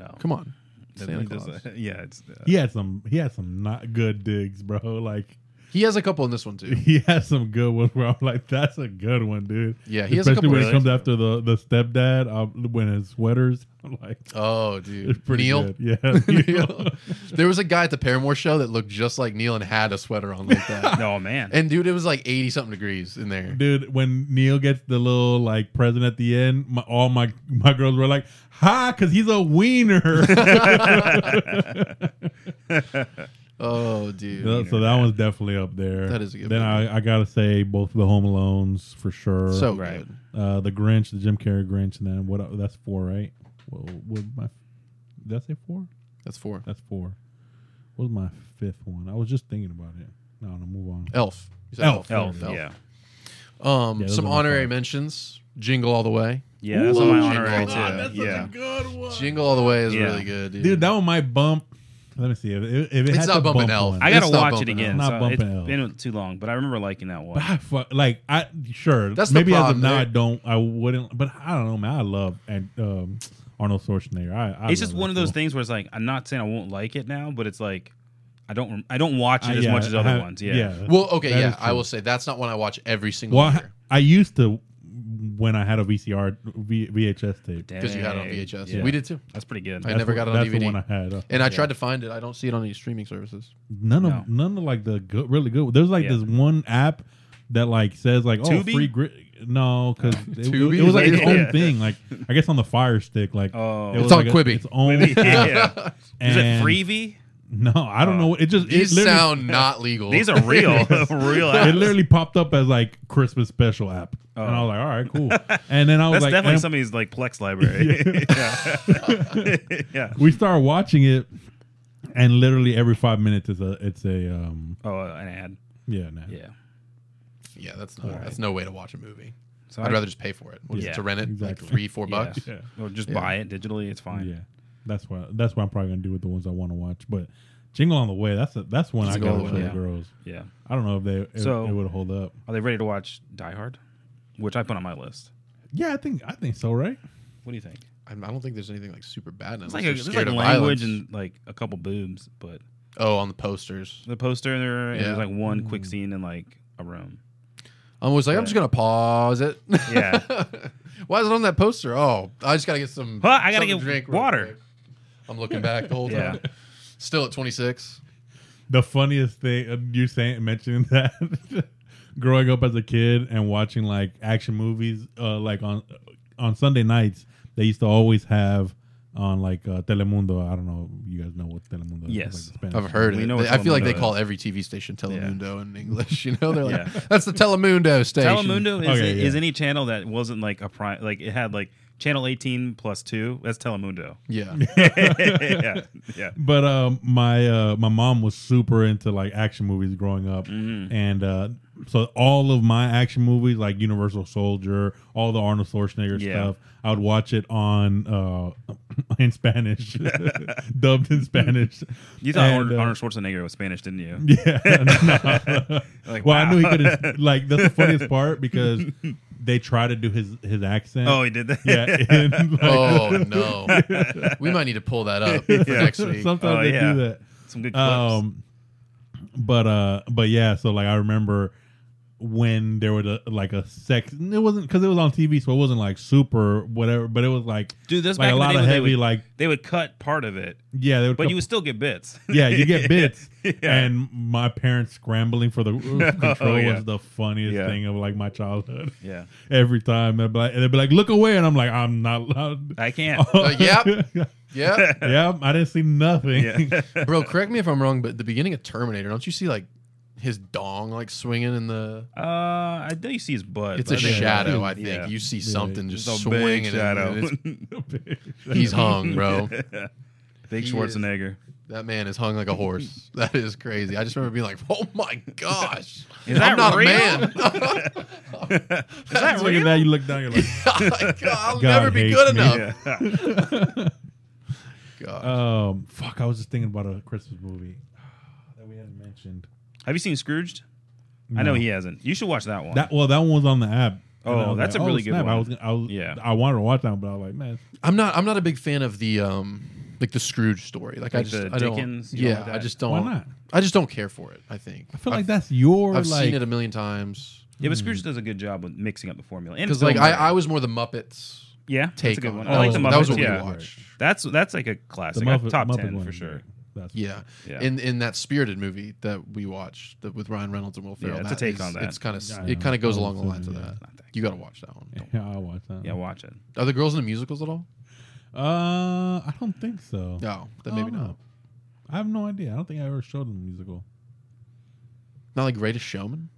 No, come on, That- Santa he does Claus. that. <laughs> Yeah, it's uh, He had some. He had some not good digs, bro. <laughs> Like He has a couple in this one too. he had some good ones where <laughs> I'm like, that's a good one, dude. Yeah, he has a Especially couple. when Really? it comes after the the stepdad uh, when his sweaters. <laughs> I'm like, Oh, it's dude, pretty Neil. good. <laughs> <laughs> Yeah, Neil. Neil. there was a guy at the Paramore show that looked just like Neil and had a sweater on like that. <laughs> no oh, man. and dude, it was like eighty something degrees in there. dude. When Neil gets the little like present at the end, my, all my my girls were like, "Ha!" Because he's <laughs> a wiener. <laughs> Oh, dude. Yeah, so that one's definitely up there. That is a good Then movie. I, I gotta say both the Home Alones for sure. So Right. good. uh, the Grinch, the Jim Carrey Grinch, and then what? el- That's four, right? Well, what my? Did I say four? That's four. That's four. What was my fifth one? I was just thinking about it. No, no, move on. Elf. You said Elf. Elf, yeah, Um, Yeah, those some are my honorary five. mentions. Jingle all the way. yeah. That's on my Ooh, Oh, honorary Jingle too. All the Way. that's yeah, such a good one, Jingle all the way is Yeah. really good, dude. dude. That one might bump. Let me see if it, if it It's had not to bumping bump Elf. one. I It's gotta not watch it bumping again. Elf. Not so it's bumping Elf. been too long, but I remember liking that one. But I fuck, like I sure That's the maybe as of problem. now I They're- don't I wouldn't but I don't know man I love and um, Arnold Schwarzenegger I, I it's love just that one of those fool. thing. things where it's like I'm not saying I won't like it now, but it's like I don't I don't watch it I- as Uh, yeah, much as I other have- ones. Yeah. Well, okay, That yeah, is I true. will say that's not one I watch every single Well, I, year I used to when I had a VCR v, VHS tape. because you had it on Dang. VHS. Yeah. We did too, That's pretty good. I That's never the- got it on that's DVD. the one I had. Uh, and I tried to find it. I don't see it on any streaming services. none of No. none of like the good, really good. There's like Yeah. this one app that like says like oh Tubi? free grit. No, <laughs> because it, Tubi? it was like its Yeah. own thing. Like I guess on the Fire Stick. Like Oh. it It's was on like a- Quibi. its own. <laughs> app, yeah. Is it and- freebie? No, I don't Oh. know. what- It just it These <laughs> literally- sound not legal. These are real, <laughs> real. <laughs> It apps. literally popped up as like Christmas special app, Oh. and I was like, all right, cool. and then I was That's like, definitely and- somebody's like Plex <laughs> library. yeah. <laughs> yeah. we started watching it, and literally every five minutes it's a it's a um Oh, an ad. yeah nah. Yeah. <laughs> yeah, that's not, that's no way to watch a movie. So I'd rather just pay for it. What is it, Yeah, to rent it exactly. like three, four Yeah. bucks. yeah or just Yeah. buy it digitally. It's fine. yeah that's what that's what I'm probably gonna do with the ones I want to watch, but Jingle on the way. That's a, that's one I Jingle got All the for Way, the yeah. girls. Yeah. I don't know if they if So- it would hold up. Are they ready to watch Die Hard? Which I put on my list. Yeah, I think I think so, right? What do you think? I I don't think there's anything like super bad. It's It's like a, there's like scared of language violence. and like a couple boobs, but oh, on the posters. the poster there and there's Yeah. like one Mm. quick scene in like a room. I'm always like, Yeah. I'm just gonna pause it. Yeah. <laughs> Why is it on that poster? Oh, I just gotta get some. Huh, I gotta something get to drink real water. quick. I'm looking back the whole <laughs> Yeah. time. Still at 26. The funniest thing uh, you saying mentioning <laughs> that growing up as a kid and watching like action movies, uh, like on on Sunday nights, they used to always have on like uh, Telemundo. I don't know, you guys know what Telemundo is? Yes. like the Spanish I've heard We it. know They- what I feel like Telemundo they call every TV station Telemundo in English. <laughs> You know, they're like, Yeah. that's the Telemundo station. Telemundo is, Okay, yeah. is any channel that wasn't like a prime, like it had like channel 18 plus two. That's <laughs> Telemundo. <laughs> Yeah. yeah. Yeah. But um, my uh, my mom was super into like action movies growing up, Mm-hmm. and uh, so all of my action movies, like Universal Soldier, all the Arnold Schwarzenegger Yeah. stuff, I would watch it on uh, <laughs> in Spanish, <laughs> dubbed in Spanish. You thought And, Arnold, uh, Arnold Schwarzenegger was Spanish, didn't you? <laughs> Yeah. <laughs> <laughs> no. Like, well, wow. I knew he could. Like that's the funniest part because they try to do his his accent. <laughs> Oh, he did that. yeah. <laughs> and, like, Oh, <laughs> no. We might need to pull that up for next week. Sometimes Oh, they yeah. do that. <laughs> Some good clips. Um, but uh, but yeah. So like, I remember when there was a like a sex. It wasn't because it was on TV, so it wasn't like super whatever. But it was like Dude, this back like a in the lot day of when they heavy would- like They would cut part of <laughs> it, yeah. They would but cut- you would still get bits. yeah, you get bits. Yeah. Oh, And my parents scrambling for the <laughs> control yeah. was the funniest Yeah. thing of like my childhood. <laughs> <laughs> yeah. Every time they'd be like, they'd be like, "Look away," and I'm like, "I'm not loud." I <laughs> can't. yep. Yeah. <laughs> yep. I didn't see nothing. <laughs> yeah. <laughs> Bro, correct me if I'm wrong, but at the beginning of Terminator, don't you see like his dong like swinging in the? Uh, I know you see his butt. It's but a I think- shadow, I think. Yeah. You see something It's just a swinging. big in shadow. it. <laughs> It's- He's hung, <laughs> bro. big He is- Schwarzenegger. That man is hung like a horse. <laughs> That is crazy. I just remember being like, "Oh my gosh, Is that I'm not real? a man." <laughs> Is that Look at real? that. You look down. You're like, Like, I'll God never be hates good me. enough. Yeah. God. um, fuck. I was just thinking about a Christmas movie <sighs> that we hadn't mentioned. <laughs> Have you seen Scrooged? I know he hasn't. You should watch that one. That well, that one was on the app. Oh, And I was that's like, a really good snap. I one. was, gonna- I was, Yeah. yeah. I wanted to watch that, one, but I was like, man, I'm not. I'm not a big fan of the um, like the Scrooge story. Like, I Like just, the I don't. Dickens? You don't yeah, like I that? just don't. why not? I just don't care for it. I think. I feel like I've- that's your. I've like, seen it a million times. yeah, but Scrooge does a good job with mixing up the formula. And Because Bill Mm. like I, Murray. I was more the Muppets yeah, that's a take good on one. it. I like the Oh, Muppets. That was what yeah. we watched. That's that's like a classic. The Muppet- top Muppet ten one. for sure. That's Yeah. Yeah. In in that spirited movie that we watched that with Ryan Reynolds and Will Ferrell. Yeah, it's a take on that. It's kind of Yeah, I it know. kind of goes I along the would lines assume, of yeah. that. Not that You got to watch that one. Don't- <laughs> Yeah, I'll watch that. Yeah, one. watch it. Are the girls into musicals at all? Uh, I don't think so. No, I that maybe don't know. not. I have no idea. I don't think I ever showed them the musical. Not like Greatest Showman.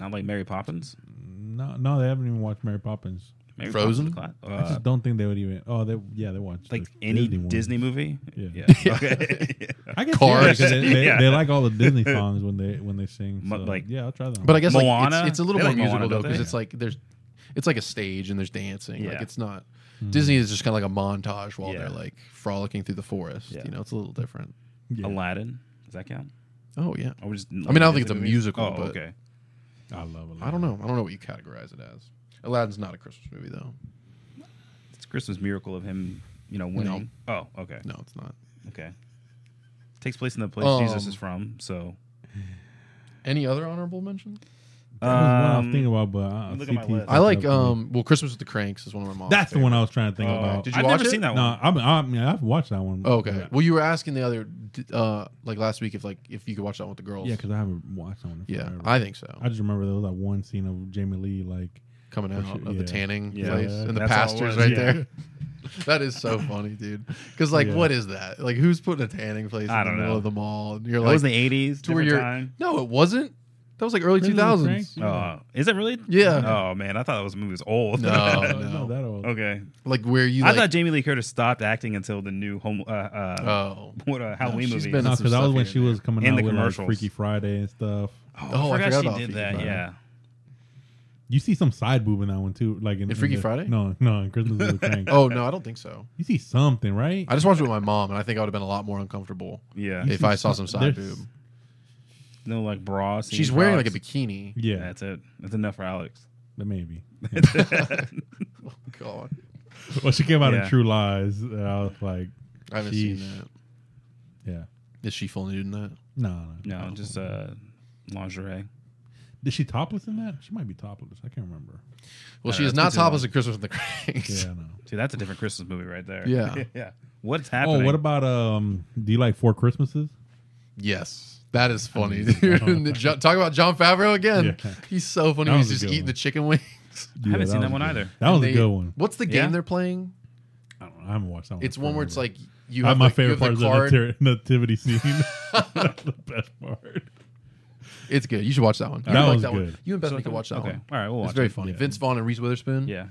Not like Mary Poppins. No, no, they haven't even watched Mary Poppins. Mary Frozen? Poppins is a I cla- uh, just don't think they would even. Oh, they yeah, they watched like the any one. Disney <laughs> movie. Yeah. yeah. Okay. I guess Cars. yeah, because they, they, Yeah. they like all <laughs> the Disney songs when they when they sing. Mu- So, like- yeah, I'll try that. But I guess like Moana? it's, it's a little They more like Moana, musical though don't because they? it's like there's it's like a stage and there's dancing. Yeah. Like it's not Hmm. Disney is just kind of like a montage while Yeah. they're like frolicking through the forest. Yeah. You know, it's a little different. <laughs> yeah. Aladdin. Does that count? Oh yeah. Or just mean, I don't think it's a musical, Oh, but- okay. I love it. I don't know. I don't know what you categorize it as. Aladdin's not a Christmas movie though. It's a Christmas miracle of him, you know, winning. Oh, okay. No, it's not. Okay. takes place in the place Jesus Um, is from. So Any other honorable mention? That was one I was Um, thinking about, but uh, me look at my CT list. I like stuck up for me. um well Christmas with the Cranks is one of my mom's. That's the one I was trying to think oh, about. Did you I've watch never it? seen that no, one. I, mean, I mean, I've watched that one. Oh, okay. Yeah. Well, you were asking the other uh like last week if like if you could watch that with the girls. Yeah, because I haven't watched that one. in yeah, forever. I think so. I just remember there was that one scene of Jamie Lee like Coming out for sure, of the yeah. tanning Yeah. place Yeah. and the That's all it pastures was, right yeah. there. <laughs> that is so funny, dude. Because like, Yeah. what is that? Like, who's putting a tanning place I in the don't middle know. of the mall? And you're That like, was in the 80s. to where different you're- time. no, it wasn't. That was like early two thousands. Oh, is it really? Yeah, Oh, man. I thought that was movie was old. No. Oh, <laughs> no, no. that <laughs> old. okay. like where you. I Like, thought Jamie Lee Curtis stopped acting until the new home, uh, uh, oh, what a Halloween she's movie. Oh, been- No, Some because that was stuff when here she and was coming And out the with like commercials. Freaky Friday and stuff. oh, Oh, I I forgot forgot she about did Freaky that. Friday. Yeah. You see some side boob in that one too, like in, In Freaky the- Friday? No, no, in <laughs> Christmas with the Crank. Oh no, I don't think so. You see something, right? I just watched it with my mom, and I think I would have been a lot more uncomfortable Yeah. if I saw some side There's- boob. No like bra. scene She's wearing like a props. bikini. <laughs> Yeah, That's it. That's enough for Alex. <laughs> that maybe. Oh God, Well, she came out Yeah. in True Lies. and I was like, I haven't Sheesh. seen yeah, that. Is she full nude in that? no, no, No, just uh, lingerie. Is she topless in that? She might be topless. I can't remember. Well, Uh, she is that's not too long. topless at Christmas with the Cranks. Yeah, no. See, that's a different Christmas movie right there. Yeah. <laughs> yeah. What's Oh, happening? what about um? Do you like Four Christmases? <laughs> Yes, that is funny, mean, dude. <laughs> I don't- And Jo- Talk about John Favreau again. Yeah. He's so funny. That when He's was a just good eating one. the chicken wings. Yeah, haven't seen that was one good. either. That was They- a good one. What's the game Yeah. they're playing? I, don't know, I haven't watched that one. It's one where forever. it's like you Uh, have the- my you favorite have the part is the card. natir- <laughs> nativity scene. That's the best part. It's good. You should watch that one. You That would one's One. good. You and Bethany So- can watch that okay. one. All right, we'll watch It's very it. funny. Yeah. Vince Vaughn and Reese Witherspoon. Yeah.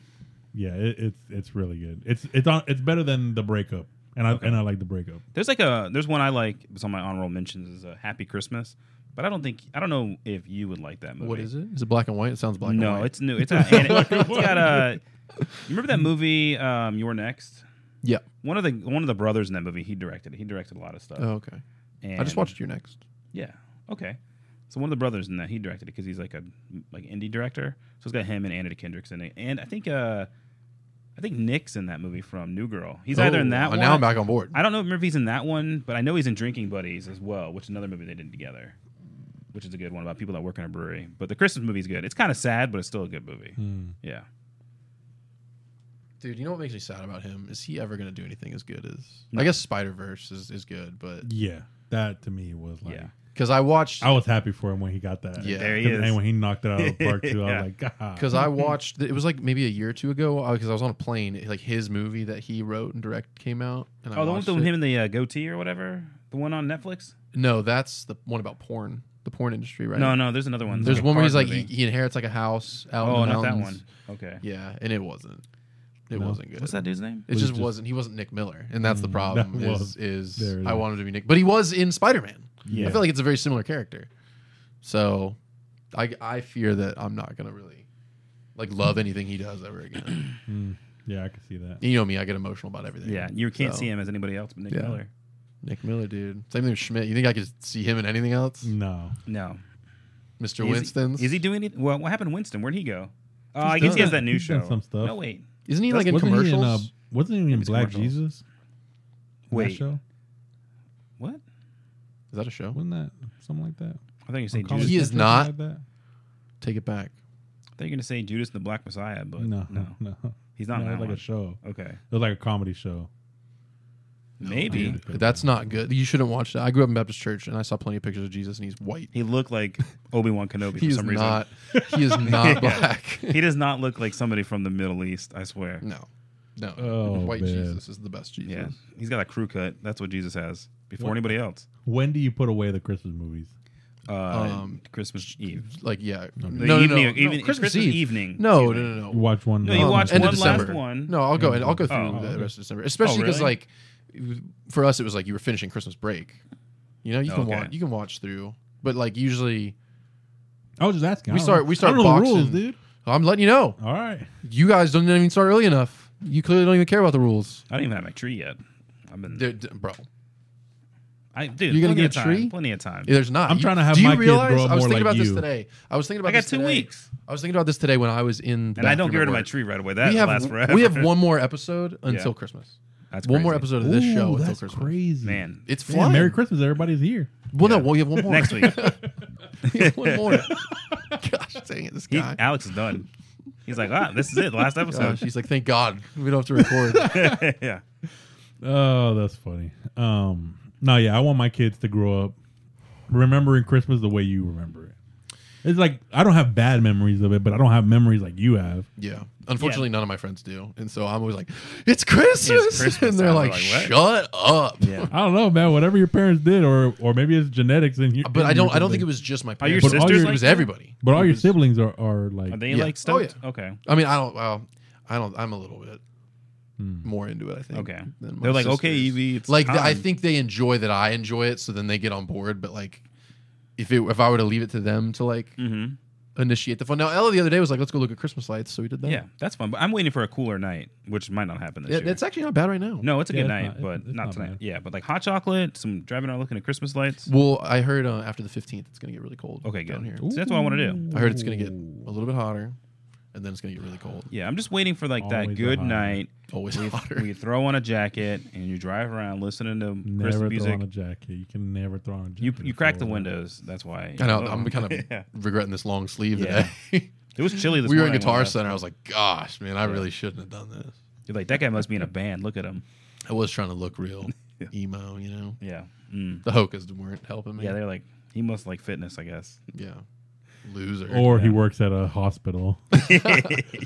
Yeah, it, it's it's really good. It's it's on. It's better than the breakup, and I and I like the breakup. There's like a there's one I like. It's on my honorable mentions is a Happy Christmas, but I don't think I don't know if you would like that movie. What is it? Is it black and white? It sounds black and no, white. it's new. It's, not, and <laughs> it, it's got a. You remember that movie? Um, You're next. yeah. One of the one of the brothers in that movie. He directed. it. He directed a lot of stuff. Oh, okay. and I just watched you next. Yeah. Okay. So one of the brothers in that he directed it because he's like a like indie director. So it's got him and Anna Kendrick's in it, and I think uh, I think Nick's in that movie from New Girl. He's either in that Oh, one. Now I'm back on board. I don't know if he's in that one, but I know he's in Drinking Buddies as well, which is another movie they did together, which is a good one about people that work in a brewery. But the Christmas movie's good. It's kind of sad, but it's still a good movie. Hmm. Yeah. Dude, you know what makes me sad about him? Is he ever going to do anything as good as. I guess Spider Verse is, is good, but. Yeah, that to me was like Yeah. Because I watched. Oh. I was happy for him when he got that. Yeah. There he is. and when he knocked it out of the park too, I <laughs> Yeah. was like, God. Because I Mm-hmm. watched. It was like maybe a year or two ago because I was on a plane. Like his movie that he wrote and directed came out. And I Oh, the one watched with it. him and the uh, goatee or whatever, the one on Netflix. No, that's the one about porn. The porn industry, right? No, no, there's another one. It's There's like a one where park he's like he, movie. he inherits like a house out oh, in the not that mountains. one. Okay. Yeah, and it wasn't. It No. wasn't good. What's that dude's name? It Was it just just- wasn't. He wasn't Nick Miller, and that's the Mm, problem. that Is was- is there it I is. want him to be Nick, but he was in Spider Man. yeah, I feel like it's a very similar character. So, I I fear that I'm not gonna really like love anything he does ever <clears throat> again. Mm. yeah, I could see that. you know me, I get emotional about everything. Yeah, you can't So, see him as anybody else but Nick Yeah. Miller. Nick Miller, dude. Same thing with Schmidt. You think I could see him in anything else, No, No. Mr. Is- Winston's? Is he doing anything? Well, what happened to Winston? Where'd he go? Oh, He's I guess he done- has that new he's show. done some stuff. No, wait. Isn't he like in Wasn't he commercials? in, uh, wasn't he in Maybe it's Black commercials. Jesus? In that Wait. show What? is that a show? wasn't that something like that? I thought Oh, you were Or saying Comedy Judas. He is Central, not- something Like Take it back. I thought you were going to say Judas and the Black Messiah, but that? No, no. no, <laughs> no. He's not in No, it that was like one. a show. Okay. It was like a comedy show. Maybe. Dude, that's not good. You shouldn't watch that. I grew up in Baptist church, and I saw plenty of pictures of Jesus, and he's white. He <laughs> looked like Obi-Wan Kenobi He for is some reason. not. He is not Yeah. black. <laughs> He does not look like somebody from the Middle East, I swear. No, no. Oh, White man. Jesus is the best Jesus. Yeah. He's got a crew cut. That's what Jesus has before What? anybody else. When do you put away the Christmas movies? Uh, Um, Christmas Eve. Like yeah, no, The no, no, evening, no. even, Christmas, Christmas Eve. evening. No, Evening. no, no, You no. watch one. No, you um, watch end one of December. last one. No, I'll go and I'll go through Oh, the okay. rest of December, especially because really? like for us it was like you were finishing Christmas break. You know, you can Okay. watch you can watch through, but like usually I was just We asking. I don't start- know. we start I don't know the rules, boxing. dude. I'm letting you know. All right. You guys don't even start early enough. You clearly don't even care about the rules, I don't even have my tree yet. I've been, They're- d- bro. I, dude. You gonna plenty get of a time, tree? Plenty of time. There's not. I'm You- trying to have do you my kids grow realize? up I was more thinking like about this you. today. I was thinking about. I got this two today. weeks. I was thinking about this today when I was in. The And I don't bathroom get rid at of my work. tree right away. That we have lasts forever. we have one more episode until Yeah. Christmas. That's One more crazy. episode of this Ooh, show until That's Christmas. crazy, man. It's Yeah, flying. Merry Christmas, everybody's here. Well, no, Yeah. well, we have one more <laughs> <laughs> Next week, we have one more. <laughs> Gosh, dang it, this he, guy. Alex is done. He's like, ah, this is it. The <laughs> last Gosh, episode. <laughs> he's like, thank God we don't have to record. yeah. Oh, that's funny. Um, no, yeah, I want my kids to grow up remembering Christmas the way you remember it. It's like I don't have bad memories of it, but I don't have memories like you have. yeah, unfortunately, none of my friends do, and so I'm always like, it's Christmas, It's <laughs> Christmas and they're time. like, They're like, shut up. Yeah. I don't know, man. Whatever your parents did, or or maybe it's genetics in you. <laughs> But I don't. I don't think it was just my Are your parents. But all sisters your- it like was that? everybody. But all It your was- siblings are are like Are they Yeah. like Oh, stoked? Okay. I mean, I don't. Well, I don't. I'm a little bit more into it. I think. Hmm. Okay. than my They're like, okay, sisters. Evie. It's like th- I time. think they enjoy that I enjoy it, so then they get on board. But like, if it if I were to leave it to them to like Mhm. initiate the fun. Now Ella the other day was like, "Let's go look at Christmas lights," so we did that. Yeah, that's fun. But I'm waiting for a cooler night, which might not happen this Yeah, year. it's actually not bad right now. no, it's a good Yeah, it's night, not- it's- but it's not, not tonight. bad. Yeah, but like hot chocolate, some driving around looking at Christmas lights. Well, I heard uh, after the fifteenth, it's gonna get really cold. Okay, down good. here. So that's what I want to do. I heard it's gonna get a little bit hotter, and then it's gonna get really cold. Yeah, I'm just waiting for like that Always a good <laughs> hot night. Always hotter. where you throw on a jacket and you drive around listening to Never throw Christmas music. on a jacket. You can never throw on a jacket. You you crack the before. windows. That's why. I know. <laughs> I'm kind of Oh, Yeah. regretting this long sleeve Yeah. today. <laughs> It was chilly <laughs> this we were in morning. when I Guitar left. Center. I was like, "Gosh, man, I really shouldn't have done this." You're like, that guy must be in a band. Look at him. I was trying to look real <laughs> Yeah. emo, you know. Yeah. Mm. The Hokas weren't helping me. Yeah, they're like, he must like fitness, <laughs> I guess. <laughs> yeah. Loser. Or he Yeah. works at <laughs> a hospital.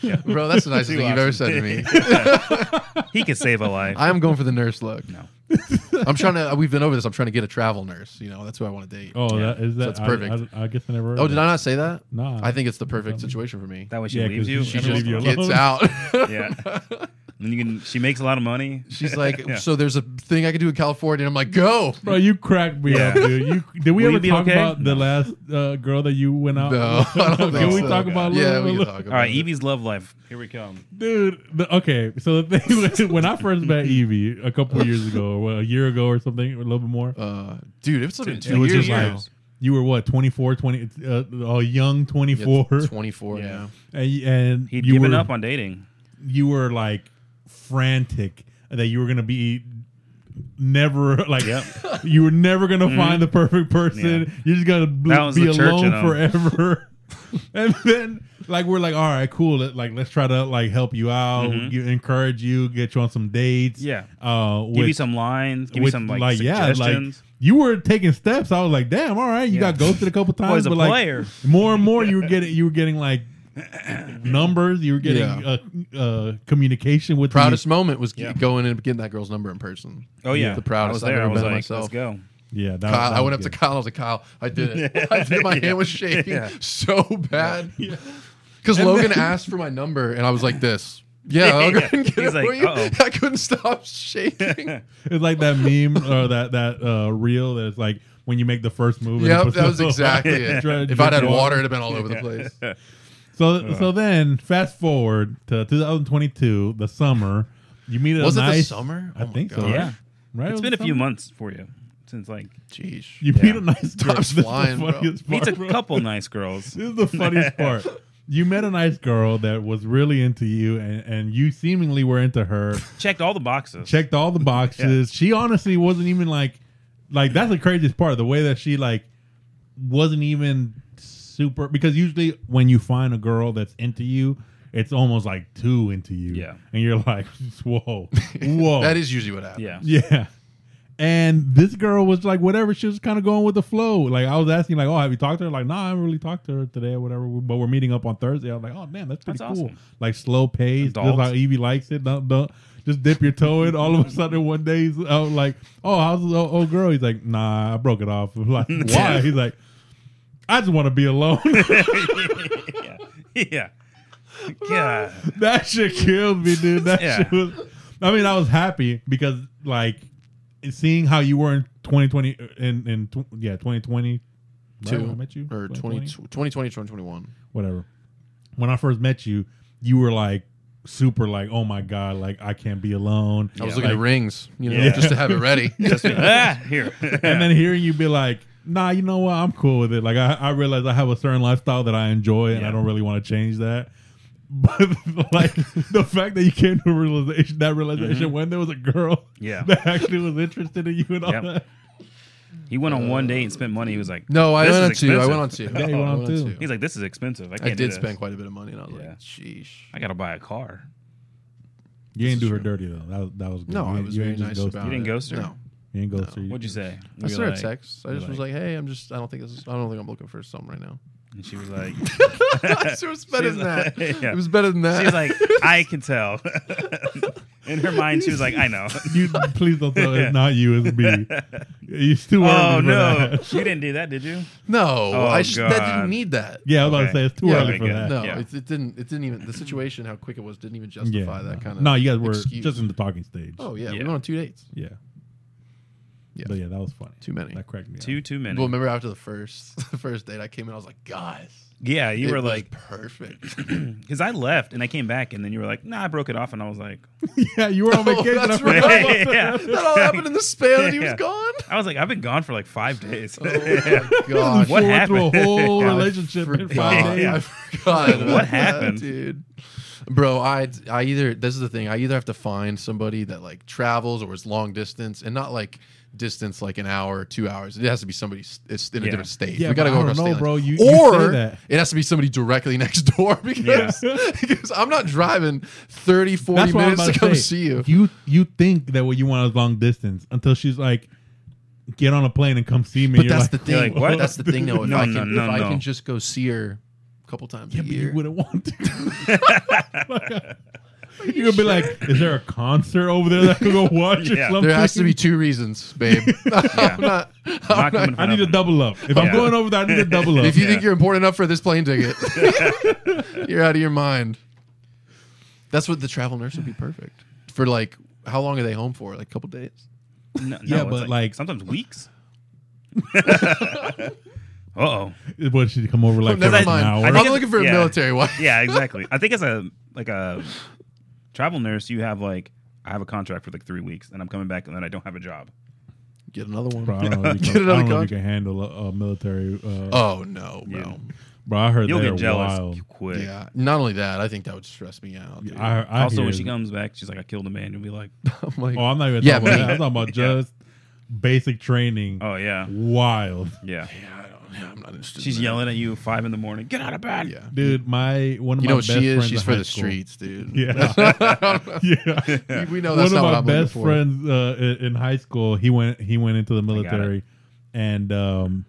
yeah. Bro, that's the <laughs> nicest Two thing you've ever said to me. <laughs> options. <laughs> He could save a life. I'm going for the nurse look. No. <laughs> I'm trying to. We've been over this. I'm trying to get a travel nurse. You know, that's who I want to date. Oh, Yeah. that is that. it's perfect. I, I, I guess I never. heard Oh, of did I not say that? that. Nah. I think it's the perfect situation for me. That way she Yeah, leaves 'cause you. she She every should just once in a leave while. you gets out. Yeah. And you can. She makes a lot of money. <laughs> She's like, <laughs> Yeah. so there's a thing I could do in California. And I'm like, go. Bro, you cracked me up, Yeah. dude. You, did Will we you ever be talk okay? about the No. last uh, girl that you went out? <laughs> No, with? <laughs> I don't can think we so. talk about? a yeah, little- we can little- talk about All right, it. Evie's love life. Here we come. dude. The, okay, so the thing <laughs> was, when I first met Evie a couple of years ago, or well, a year ago or something, or a little bit more, Uh, dude, it's been Dude, two it was years. just like now. you were what 24, 20, uh, a young twenty Yeah, four, 24 Yeah. now. and, and He'd you given were, up on dating. you were like frantic that you were gonna be never <laughs> like Yep. Mm-hmm. you were never gonna find the perfect person. Yeah. You just gotta bl- That was be the church in alone 'em. forever. <laughs> and then like we're like, all right, cool. Let, like let's try to like help you out, Mhm. you, encourage you, get you on some dates. Yeah. Uh, Give you with- some lines. Give you with, some like, yeah, suggestions. you were taking steps. I was like, damn, all right, you Yeah. got ghosted a <laughs> couple Boy, times, he's a but like player. more and more you were getting you were <laughs> getting like numbers you were getting Yeah. uh, uh communication with the- Proudest moment was Yeah. going and getting that girl's number in person. Oh yeah, The proudest I was I've there. I ever was been like, myself. let's go. yeah that, Kyle, Oh, that I went up was to good. Kyle. I was like, Kyle, I did <laughs> it. I did. My Yeah. hand was shaking Yeah. so bad. Because Logan asked for my number, and I was like, this. Yeah, I'll go Yeah. ahead and get He's it like, for you. "Uh-oh." <laughs> I couldn't stop <laughs> shaking. it's like <laughs> that meme or that that uh reel that's like when you make the first move and yep, it puts <laughs> that was the- exactly it. Try to If drink I'd had water, Uh. it'd have been all over the <laughs> place. so so then fast forward to 2022 the summer you meet a Was it the nice summer? i Oh my think so God. Yeah, right it's It been was a the few summer? months for you since like Jeez. you Yeah. meet a nice girl. <laughs> Time's This is the flying, bro. funniest meets a part, bro. couple nice <laughs> girls. This is the funniest part. You met a nice girl that was really into you, and, and you seemingly were into her. Checked all the boxes. Checked all the boxes. She honestly wasn't even like, like that's the craziest part. The way that she like wasn't even super because usually when you find a girl that's into you, it's almost like too into you. Yeah. and you're like, <laughs> whoa, whoa, That is usually what happens. <laughs> Yeah, yeah. And this girl was like, whatever, she was kind of going with the flow. Like I was asking, like, oh, have you talked to her? Like, no, I haven't really talked to her today or whatever. But we're meeting up on Thursday. I was like, oh man, that's pretty That's cool. awesome. Like slow pace, Adult. just how Evie likes it. No, no, just dip your toe in. All of a sudden, one day he's out like, oh, how's the old, old girl? He's like, nah, I broke it off. <laughs> I'm <laughs> like, why? He's like, I just want to be alone. <laughs> yeah, <laughs> yeah. God. that shit killed me, dude. That Yeah. shit was. I mean, I was happy because like seeing how you were in 2020 in in tw- yeah 2020 Two. right, when I met you Or 20, 2020? 2020, 2021. whatever. When I first met you, you were like super like oh my god like I can't be alone. I was Yeah. looking Like, at rings, you know, Yeah. just to have it <laughs> ready. Just me. ah, here. and then hearing you be like, nah, you know what? I'm cool with it. Like, I, I realize I have a certain lifestyle that I enjoy and I Yeah. don't really want to change that. <laughs> But like the fact that you came to a realization, that realization Mm-hmm. when there was a girl <laughs> Yeah. <laughs> that actually was interested in you and all Yep. that. he went on one date and spent money. He was like, No, I This went is on two. I went on two. expensive. Yeah, you went I on two. two. He's like, this is expensive. I I can't. do did this. spend quite a bit of money, and I was Yeah. like, "Sheesh." I gotta buy a car. You didn't This do is her true. dirty though. That was that was good. No, you, I was you very ain't just nice ghost about her. You it. didn't ghost her? No, You didn't ghost No. her. What'd you say? I We sent were her a like- text. I we just were was like, "Hey, I'm just. I don't think this. Is, I don't think I'm looking for something right <laughs> now." <laughs> And she was like, it was better She's than that. like- <laughs> yeah. It was better than that. she's like, I can tell. <laughs> In her mind, she was like, I <laughs> know. <laughs> You please don't tell it's not you, it's me. You still were Oh no, That. you didn't do that, did you? "No, Oh, I sh- that God. didn't need that." Yeah, I was Okay. about to say it's too Yeah, early okay, for good. that. No, Yeah. it, it didn't. It didn't even the situation how quick it was didn't even justify that no. kind of. No, you guys were excuse. just in the talking stage. Oh yeah, Yeah. we went on two dates. Yeah. Yeah. But yeah, that was funny. Too many. That cracked me Too too many. Well, remember after the first <laughs> the first date, I came in, I was like, guys, yeah, you it were was like, <laughs> perfect. because I left and I came back, and then you were like, nah, I broke it off, and I was like, up. <laughs> yeah, you were on <laughs> Oh, vacation. that's I <laughs> forgot right. about Yeah. that. that all happened in the span that he was Yeah. gone. I was like, I've been gone for like five days. <laughs> Oh my god. What You went through happened? a <laughs> whole I relationship in five forgot. days. Yeah. <laughs> I forgot. Like, about what that, happened? dude? Bro, I I either this is the thing. I either have to find somebody that like travels or is long distance, and not like distance like an hour, two hours. It has to be somebody s- it's in Yeah. a different state. Yeah, we gotta but go I over don't state know, lines. bro. You- you or say that. it has to be somebody directly <laughs> next door because, <laughs> because I'm not driving 30, 40 That's what I'm minutes about to to come say. see you. You you think that what you want is long distance until she's like, get on a plane and come see me. But You're that's like, the you're thing. like, what? That's the thing, though. If <laughs> No, I can, no, no, if I no. can just go see her a couple times yeah, a but year. you wouldn't <laughs> want to. You're gonna be like, is there a concert over there that I could <laughs> go watch? Yeah. or something? there has to be two reasons, <laughs> babe. I'm not, I'm not coming for <laughs> I need a nothing. double up. If I'm Yeah. going over there, I need a double <laughs> up. if you Yeah. think you're important enough for this plane <laughs> ticket, you're out of your mind. That's what the travel nurse would be perfect for. Like, how long are they home for? Like a couple days. No, no, Yeah, it's but, like- sometimes weeks. <laughs> uh oh. what she come over like oh, for never an mind. hour? I think I'm it's- looking for yeah. a military wife. Yeah, exactly. I think as a like a travel nurse, you have like I have a contract for like three weeks, and I'm coming back, and then I don't have a job. <laughs> Get another one. Bro, <laughs> I don't know if Get you can, I another don't know if contract. you can handle a, a military. Uh, Oh no, bro. bro, I heard You'll they're get jealous wild. quick. Yeah. Not only that, I think that would stress me out. dude. I, I Also, hear when she that. comes back, she's like, "I killed a man." You'll be like, <laughs> I'm like, Oh, I'm not <laughs> even Yeah, talking about me. that. I'm talking about Yeah. just basic training. "Oh yeah, Wild. yeah." yeah, I don't, yeah, I'm not interested. She's in that. yelling at you at five in the morning. Get out of bed. Yeah. Dude, my one of You my know what best she is? friends She's in for high the school- streets, dude. <laughs> <laughs> Yeah. <laughs> yeah. we, we know One that's of not my what I'm best looking for. friends uh, i- in high school, he went he went into the military, and um,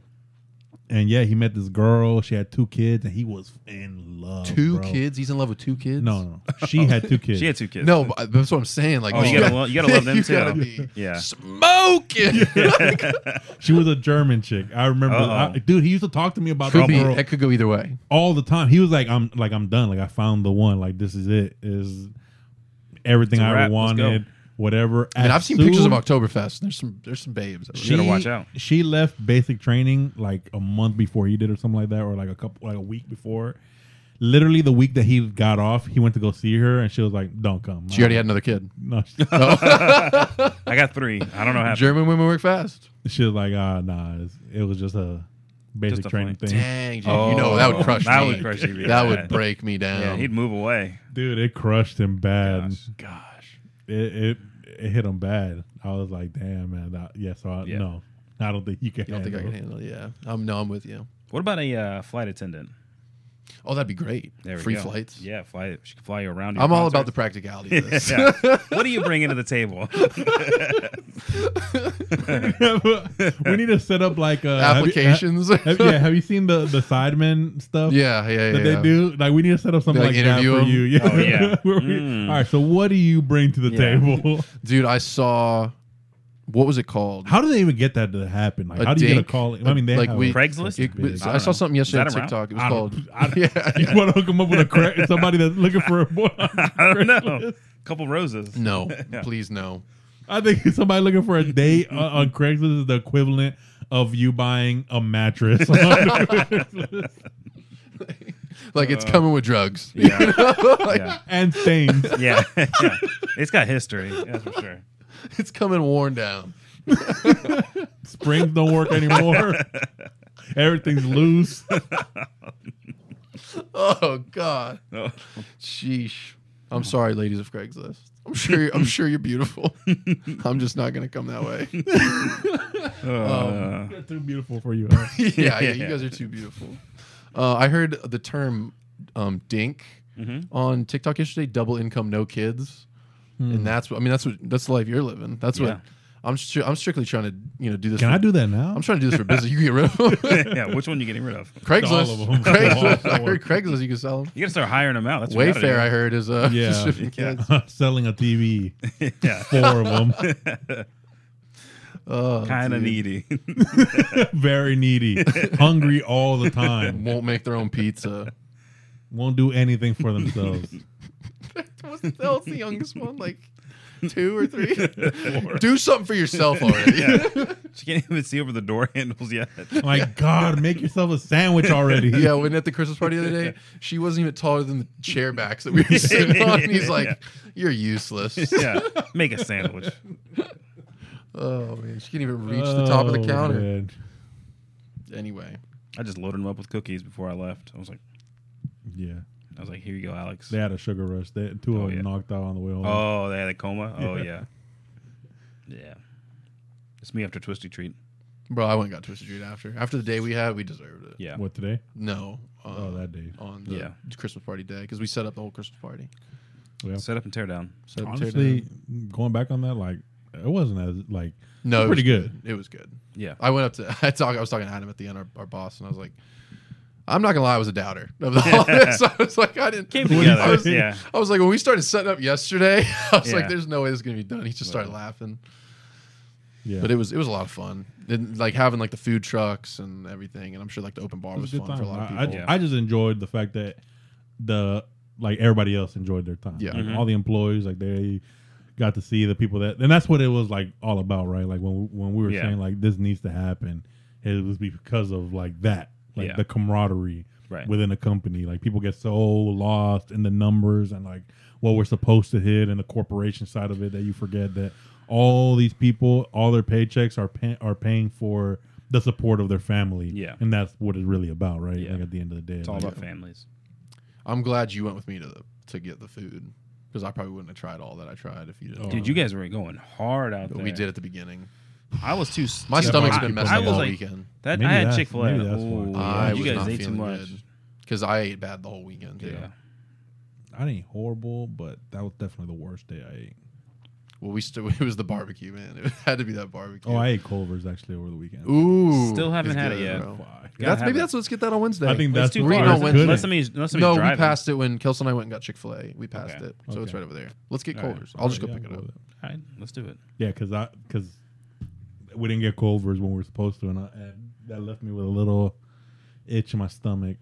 and yeah, he met this girl. She had two kids, and he was in Oh, love. Two bro. kids? He's in love with two kids? No, no, no. she had two <laughs> kids. She had two kids. No, but that's what I'm saying. Like, Oh, you gotta, lo- you gotta love <laughs> them you too. gotta be yeah. smoking. She was a German chick. I remember, Uh-oh. I- dude. He used to talk to me about could that be. girl That could go either way. all the time. He was like, "I'm like I'm done. Like I found the one. Like this is it. Is everything It's a I wrap. ever Let's go. wanted. Whatever." I mean, As I've seen pictures of soon- Oktoberfest. There's some. There's some babes. over You there. gotta watch out. She left basic training like a month before he did, or something like that, or like a couple, like a week before. Literally the week that he got off, he went to go see her, and she was like, "Don't come." She already had another <laughs> kid. no. She, <laughs> I got three. I don't know <laughs> how. German women work fast. she was like, "Ah, nah." It's, it was just a basic Just a training fling. thing, Dang, dude, you know that would crush Oh, that me. would crush you. That yeah. would break me down. Yeah, he'd move away. dude. It crushed him bad. Gosh. Gosh. It, it it hit him bad. I was like, "Damn, man." That, yeah, so I, Yeah. no, I don't think you can. You don't think I can handle it. handle? it? Yeah, I'm. No, I'm with you. What about a uh, flight attendant? Oh, that'd be great. There we Free go. flights. Yeah, fly. She can fly you around. your I'm all about the concerts. practicality <laughs> of this. yeah. What do you bring into the table? <laughs> <laughs> we need to set up like uh, have you- Applications. Have, yeah, have you seen the the Sidemen stuff? <laughs> Yeah, yeah, that yeah. they do. Like we need to set up something Like, like, that interview for them? you. Yeah. <laughs> Oh, yeah. Where we- Mm. All right. So what do you bring to the Yeah. <laughs> table? Dude, I saw. What was it called? How do they even get that to happen? Like A how do you get a dink? call? I mean, they Like, have we- a- Craigslist? It- Big. I, saw know. something Is yesterday on that around? TikTok. It was I called. <laughs> don't- I don't- <laughs> Yeah, <laughs> You want to hook them up with a cra- somebody that's looking for <laughs> a boy? I don't know. Couple roses. No, Yeah. please no. I think <laughs> somebody looking for a date on, on Craigslist is the equivalent of you buying a mattress. <laughs> Like Uh, it's coming with <laughs> drugs. <laughs> Yeah. yeah. and stains. Yeah. <laughs> yeah. It's got history. That's for sure. It's coming worn down. Springs don't <laughs> work anymore. Everything's loose. Oh <laughs> God, Oh. sheesh. I'm sorry, ladies of Craigslist. I'm sure. <laughs> You're, I'm sure you're beautiful. I'm just not gonna come that way. Uh, Um. They're too beautiful for you. <laughs> yeah, yeah, you guys are too beautiful. Uh, I heard the term um, "dink" Mhm. Mm-hmm. on TikTok yesterday. Double income, no kids, Hmm. and that's what I mean. That's what that's the life you're living. That's Yeah. what I'm. Stri- I'm strictly trying to you know do this. Can for, I do that now? I'm trying to do this for business. You can get rid <laughs> of them. <laughs> yeah. Which one you getting rid of? Craigslist. All of 'em. <laughs> Craigslist. All I of 'em. heard Craigslist. You can sell them. You got to start hiring them out. That's what you Wayfair, I gotta heard, is uh, <laughs> Yeah. shipping kids. <laughs> selling a TV. do. <laughs> yeah. Four of <laughs> them. Oh, Kind of dude. needy. <laughs> Very needy. Hungry all <laughs> the time. Won't make their own <laughs> pizza. Won't do anything for themselves. What's the, hell's the youngest one? Like two or <laughs> three? Do something for yourself already. She can't even see over the door <laughs> handles yet. My God, make yourself a sandwich already. <laughs> Yeah, when at the Christmas party <laughs> the other day, she wasn't even taller than the chair backs that we were sitting on. And he's like, Yeah. "You're <laughs> useless." yeah, <laughs> make a sandwich. Oh man, she can't even reach the top of the Oh, counter. man. Anyway, I just loaded them up with cookies before I left. I was like, Yeah, I was like, here you go, Alex. they had a sugar rush. They two Oh, of them yeah. knocked out on the way home. Oh, they had a coma. Oh yeah, Yeah. yeah. It's me after Twisty Treat. bro, I went and got twisted treat after. After the day we had, we deserved it. Yeah, What today? No. Uh, Oh, that day. on the Yeah. Christmas party day because we set up the whole Christmas party. Yeah. set up and tear down. Set up and tear Honestly, down. going back on that, like it wasn't as like no, it pretty was good. It was good. <laughs> Yeah, I went up to <laughs> I talk, I was talking to Adam at the end, our, our boss, and I was like, I'm not gonna lie, I was a doubter of <laughs> the whole this. <laughs> I was like, I didn't. <laughs> came What do you together. I was, yeah, I was like, when we started setting up yesterday, <laughs> I was Yeah. like, there's no way this is gonna be done. He just started Well. laughing, yeah, but it was it was a lot of fun. And like having like the food trucks and everything, and I'm sure like the open bar It was, was a good fun time. for a lot of I, I- people. Yeah. I just enjoyed the fact that the like everybody else enjoyed their time. Yeah. Like, Mhm. all the employees like they got to see the people that, and that's what it was like all about, right? Like when we, when we were Yeah. saying like this needs to happen, it was because of like that, like Yeah. the camaraderie right. within a company. Like people get so lost in the numbers and like what we're supposed to hit and the corporation side of it that you forget that all these people, all their paychecks are pay- are paying for the support of their family. Yeah. and that's what it's really about, right? Yeah. Like at the end of the day, it's all like, about families. I'm glad you went with me to the, to get the food because I probably wouldn't have tried all that I tried if you didn't. Oh, Dude, you guys were going hard out But there. we did at the beginning. I was too. My Yeah, stomach's but I- been I messing up was all like- weekend. That Maybe I had that's- Chick Fil A. maybe that's why. Oh, I you was guys not ate too feeling much. good because I ate bad the whole weekend. Too. Yeah. I didn't eat horrible, but that was definitely the worst day I ate. Well, we still <laughs> it was the barbecue, man. It had to be that barbecue. Oh, I ate Culver's actually over the weekend. ooh Still haven't it's had it yet. bro. Fuck. Gotta That's have maybe it. that's let's get that on Wednesday. I think Well, it's that's too where far. far. No, it's when- good. unless somebody's, unless somebody's no, driving. we passed it when Kelson and I went and got Chick Fil A. We passed Okay. it, so it's Okay. right over there. Let's get All right. Culver's. I'll just go Yeah, pick it I'll up. go with All right, let's do it. Yeah, because I because we didn't get Culver's when we were supposed to, and, I, and that left me with a little itch in my stomach.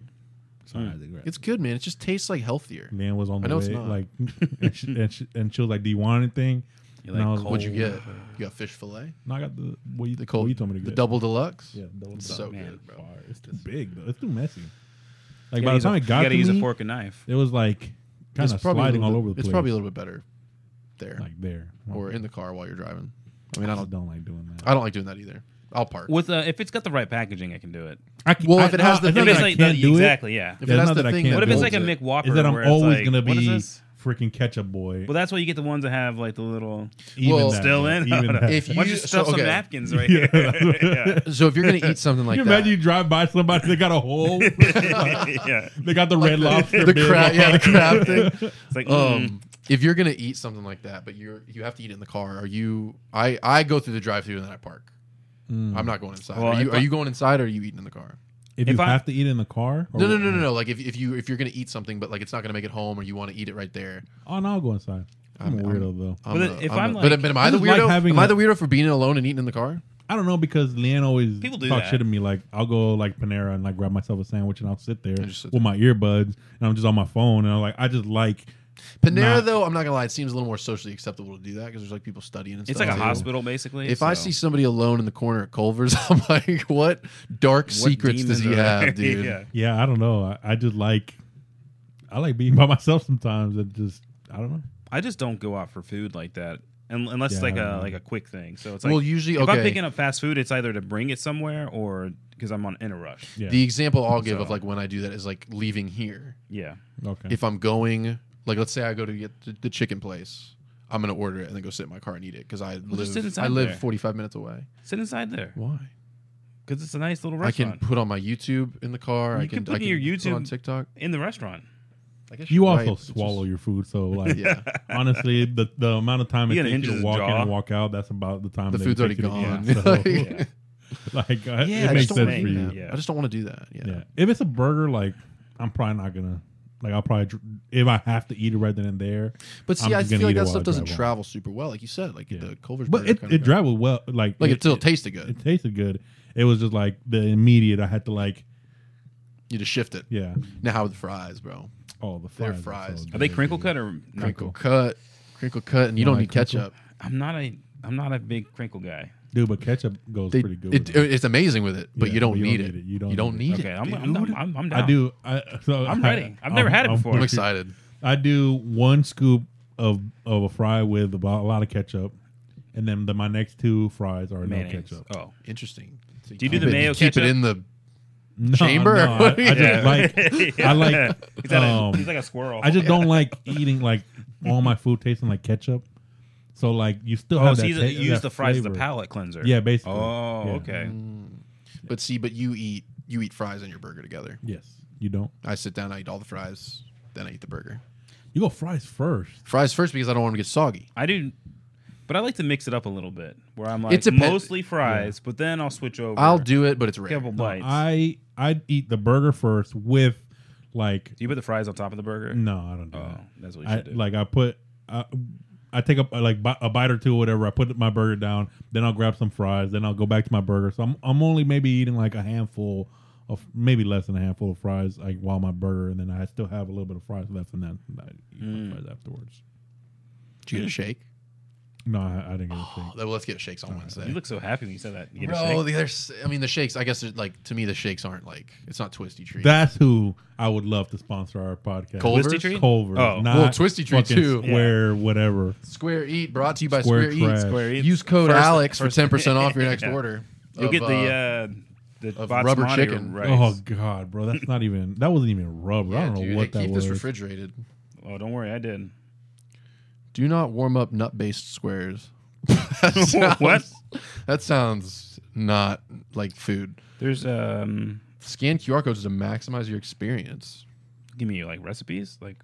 So I Hmm. had to grab It's good, man. It just tastes like healthier. Nan was on I the know it's way, not. like, and she, and, she, and she was like, "Do you want anything?" You No, like it's- What'd you Oh. get? You got fish fillet, And I got the what you, the what cold, Oh, you told me to the get. double deluxe. yeah, the double. It's It's, so man. good, bro. it's too big though. It's too messy. Like You gotta by the use a- time it you got gotta to use me, a fork and knife. it was like kind of It's probably a sliding little all bit- over the place. It's probably a little bit better there like there or in the car while you're driving. I mean, I I don't, just don't like doing that. I don't like doing that either. I'll park. With uh, if it's got the right packaging, I can do it. I, c- Well, I- if it has the- it's not If that it's I like can't the- do it, exactly, yeah. If Yeah, it has not the that I thing, can't that What if it's like a holds it- Mick Whopper? is that I'm where it's always like, gonna what is be this? freaking ketchup boy. Well, that's why you get the ones that have like the little even Well- that, still yeah, in. <laughs> even that. If you- Why don't you so, stuff okay. some <laughs> napkins right Yeah. here? <laughs> yeah. So if you're gonna eat <laughs> something like you that, imagine you drive by somebody that got a hole. they <laughs> yeah. <laughs> got the <laughs> red lobster. the bib crab, on. yeah, the <laughs> crab thing. It's like, mm, Um, if you're gonna eat something like that, but you're you have to eat it in the car, are you? I I go through the drive-through and then I park. Mm. I'm not going inside. Well, are, you, if are I- you going inside or are you eating in the car? If, If you I- have to eat in the car, or No, no, no, no, no. Like if, if you if you're gonna eat something, but like it's not gonna make it home, or you want to eat it right there. Oh no, I'll go inside. I'm, a I'm- weirdo though. I'm But a- if I'm a- like- but, but am I <laughs> I the just like weirdo? having am I a- the weirdo for being alone and eating in the car? I don't know because Leanne always People do talk that. shit to me. Like I'll go like Panera and like grab myself a sandwich and I'll sit there And just sit with my earbuds and I'm just on my phone and I'm like I just like Panera, Nah. though, I'm not gonna lie, it seems a little more socially acceptable to do that because there's like people studying and it's stuff. like a too. hospital, basically. If I so- see somebody alone in the corner at Culver's, <laughs> I'm like, what dark secrets does demons he are there? have, dude? <laughs> yeah. yeah I don't know I, I just like I like being by <laughs> myself sometimes and just I don't know. I just don't go out for food like that, un- unless it's Yeah, like I a don't know. like a quick thing. So it's like Well, usually, if okay. I'm picking up fast food, it's either to bring it somewhere or because I'm on in a rush. Yeah. The example I'll give of So- like when I do that is like leaving here. Yeah, okay. If I'm going, like let's say I go to get the, the chicken place, I'm gonna order it and then go sit in my car and eat it because I just sit live inside I live there. 45 minutes away. sit inside there Why? because it's a nice little I can restaurant put on my YouTube in the car. You I can can, put I in your put on YouTube- TikTok. in the restaurant. I guess you you're also right. It's just- swallow your food, so <laughs> <laughs> like yeah, honestly, the the amount of time He it had takes hinges you his to walk in jaw. and walk out, that's about the time the that food's it already takes you to- gone. <coughs> Yeah, so, Like- <laughs> Yeah. like uh, <laughs> Yeah, I it just makes don't sense wanna for do you. that. Yeah. I just don't want to do that. Yeah. Yeah. If it's a burger, like I'm probably not gonna like I'll probably dr- if I have to eat it right then and there. But see, I'm i just gonna feel like eat it that while stuff I doesn't drive home. travel super well, like you said, like Yeah. the Culver's. But burger it, kinda it goes. traveled well. Like like it, still it, tasted good. it tasted good. It was just like the immediate. I had to like you just shift it. yeah. Now with the fries, bro. Oh, the They're fries. fries. so Are they good, crinkle dude. cut or Crinkle cut. crinkle cut, and you You don't like need crinkle? ketchup. I'm not a I'm not a big crinkle guy. Dude, but ketchup goes They- pretty good. it- with it. it's amazing with it, but Yeah, you don't but need it. You don't, You don't need Okay, it. I'm dude. I'm, I'm, I'm, I'm down. I do. I, so I'm I- ready. I've never had it before. I'm I'm excited. I do one scoop of of a fry with a bo- a lot of ketchup, and then the, my next two fries are mayonnaise. <laughs> no ketchup. Oh, Interesting. So Do you do keep the it- mayo Keep ketchup? it in the. No, Chamber? no, I, I just Yeah. <laughs> like. I like, He's, like um, a, he's like a squirrel. I just <laughs> don't like eating like all my food tasting like ketchup. So like you still oh, have so that you ta- you use that the fries as flavor. a palate cleanser. Yeah, basically. Oh, Yeah. okay. But see, but you eat you eat fries and your burger together. Yes, you don't. I sit down, I eat all the fries, then I eat the burger. You go fries first. Fries first because I don't want them to get soggy. I do, but I like to mix it up a little bit. Where I'm like It depends. mostly fries, but then I'll switch over. I'll do it, but it's rare. couple No, bites. I I eat the burger first with like do you put the fries on top of the burger? no, I don't do Oh, that. that's what you I, should do. like I put I, I take a like bi- a bite or two or whatever. I put my burger down, then I'll grab some fries, then I'll go back to my burger. So I'm I'm only maybe eating like a handful of maybe less than a handful of fries like while my burger, and then I still have a little bit of fries left, and then I eat Mm. my fries afterwards. Do you get a shake? No, I, I didn't get a Oh, shake. then let's get shakes on you Wednesday. look so happy when you said that. You get a Bro, shake? the other, s- I mean, the shakes. I guess they're, like to me, the shakes aren't like it's not twisty treat. That's who I would love to sponsor our podcast. Culver's? Twisty treat? Culver's, Oh. not Well, Twisty Treat, fucking too. Square, whatever. Square Eat brought to you by Square, Square Eat. trash. Square Eats. Use code First- Alex for first- ten percent off <laughs> your next Yeah. order. You'll of, get the uh, uh, the of basmati rubber chicken. rice. Oh God, bro, that's not even that wasn't even rubber. I yeah, don't know dude, what hey, that keep was. this refrigerated. Oh, don't worry, I did. Do not warm up nut based <laughs> squares. that sounds, What? That sounds not like food. There's um, Scan QR codes to maximize your experience, give me like recipes, like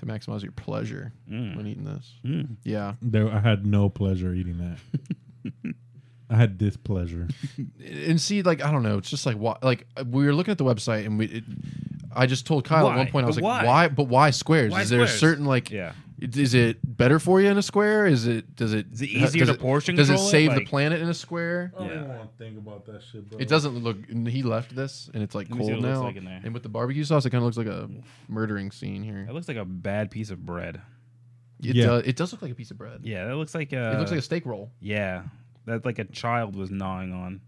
to maximize your pleasure when eating this. mm. Yeah, There, I had no pleasure eating that. <laughs> I had displeasure. and see, like I don't know, it's just like why, like we were looking at the website, and we, it, I just told Kyle at Why? one point, I was But like, why? why? But why squares? Why is there a squares? certain like? yeah. It- Is it better for you in a square? Is it does it Is it easier does to portion Does it control it? save the Like- planet in a square? don't even want to think about that shit, bro. It doesn't look. and He left this, and it's like Let me see cold what it looks now. like in there. and with the barbecue sauce, it kind of looks like a murdering scene here. That looks like a bad piece of bread. It Yeah. does. It does look like a piece of bread. Yeah, that looks like a. It looks like a steak roll. yeah. That like a child was gnawing on.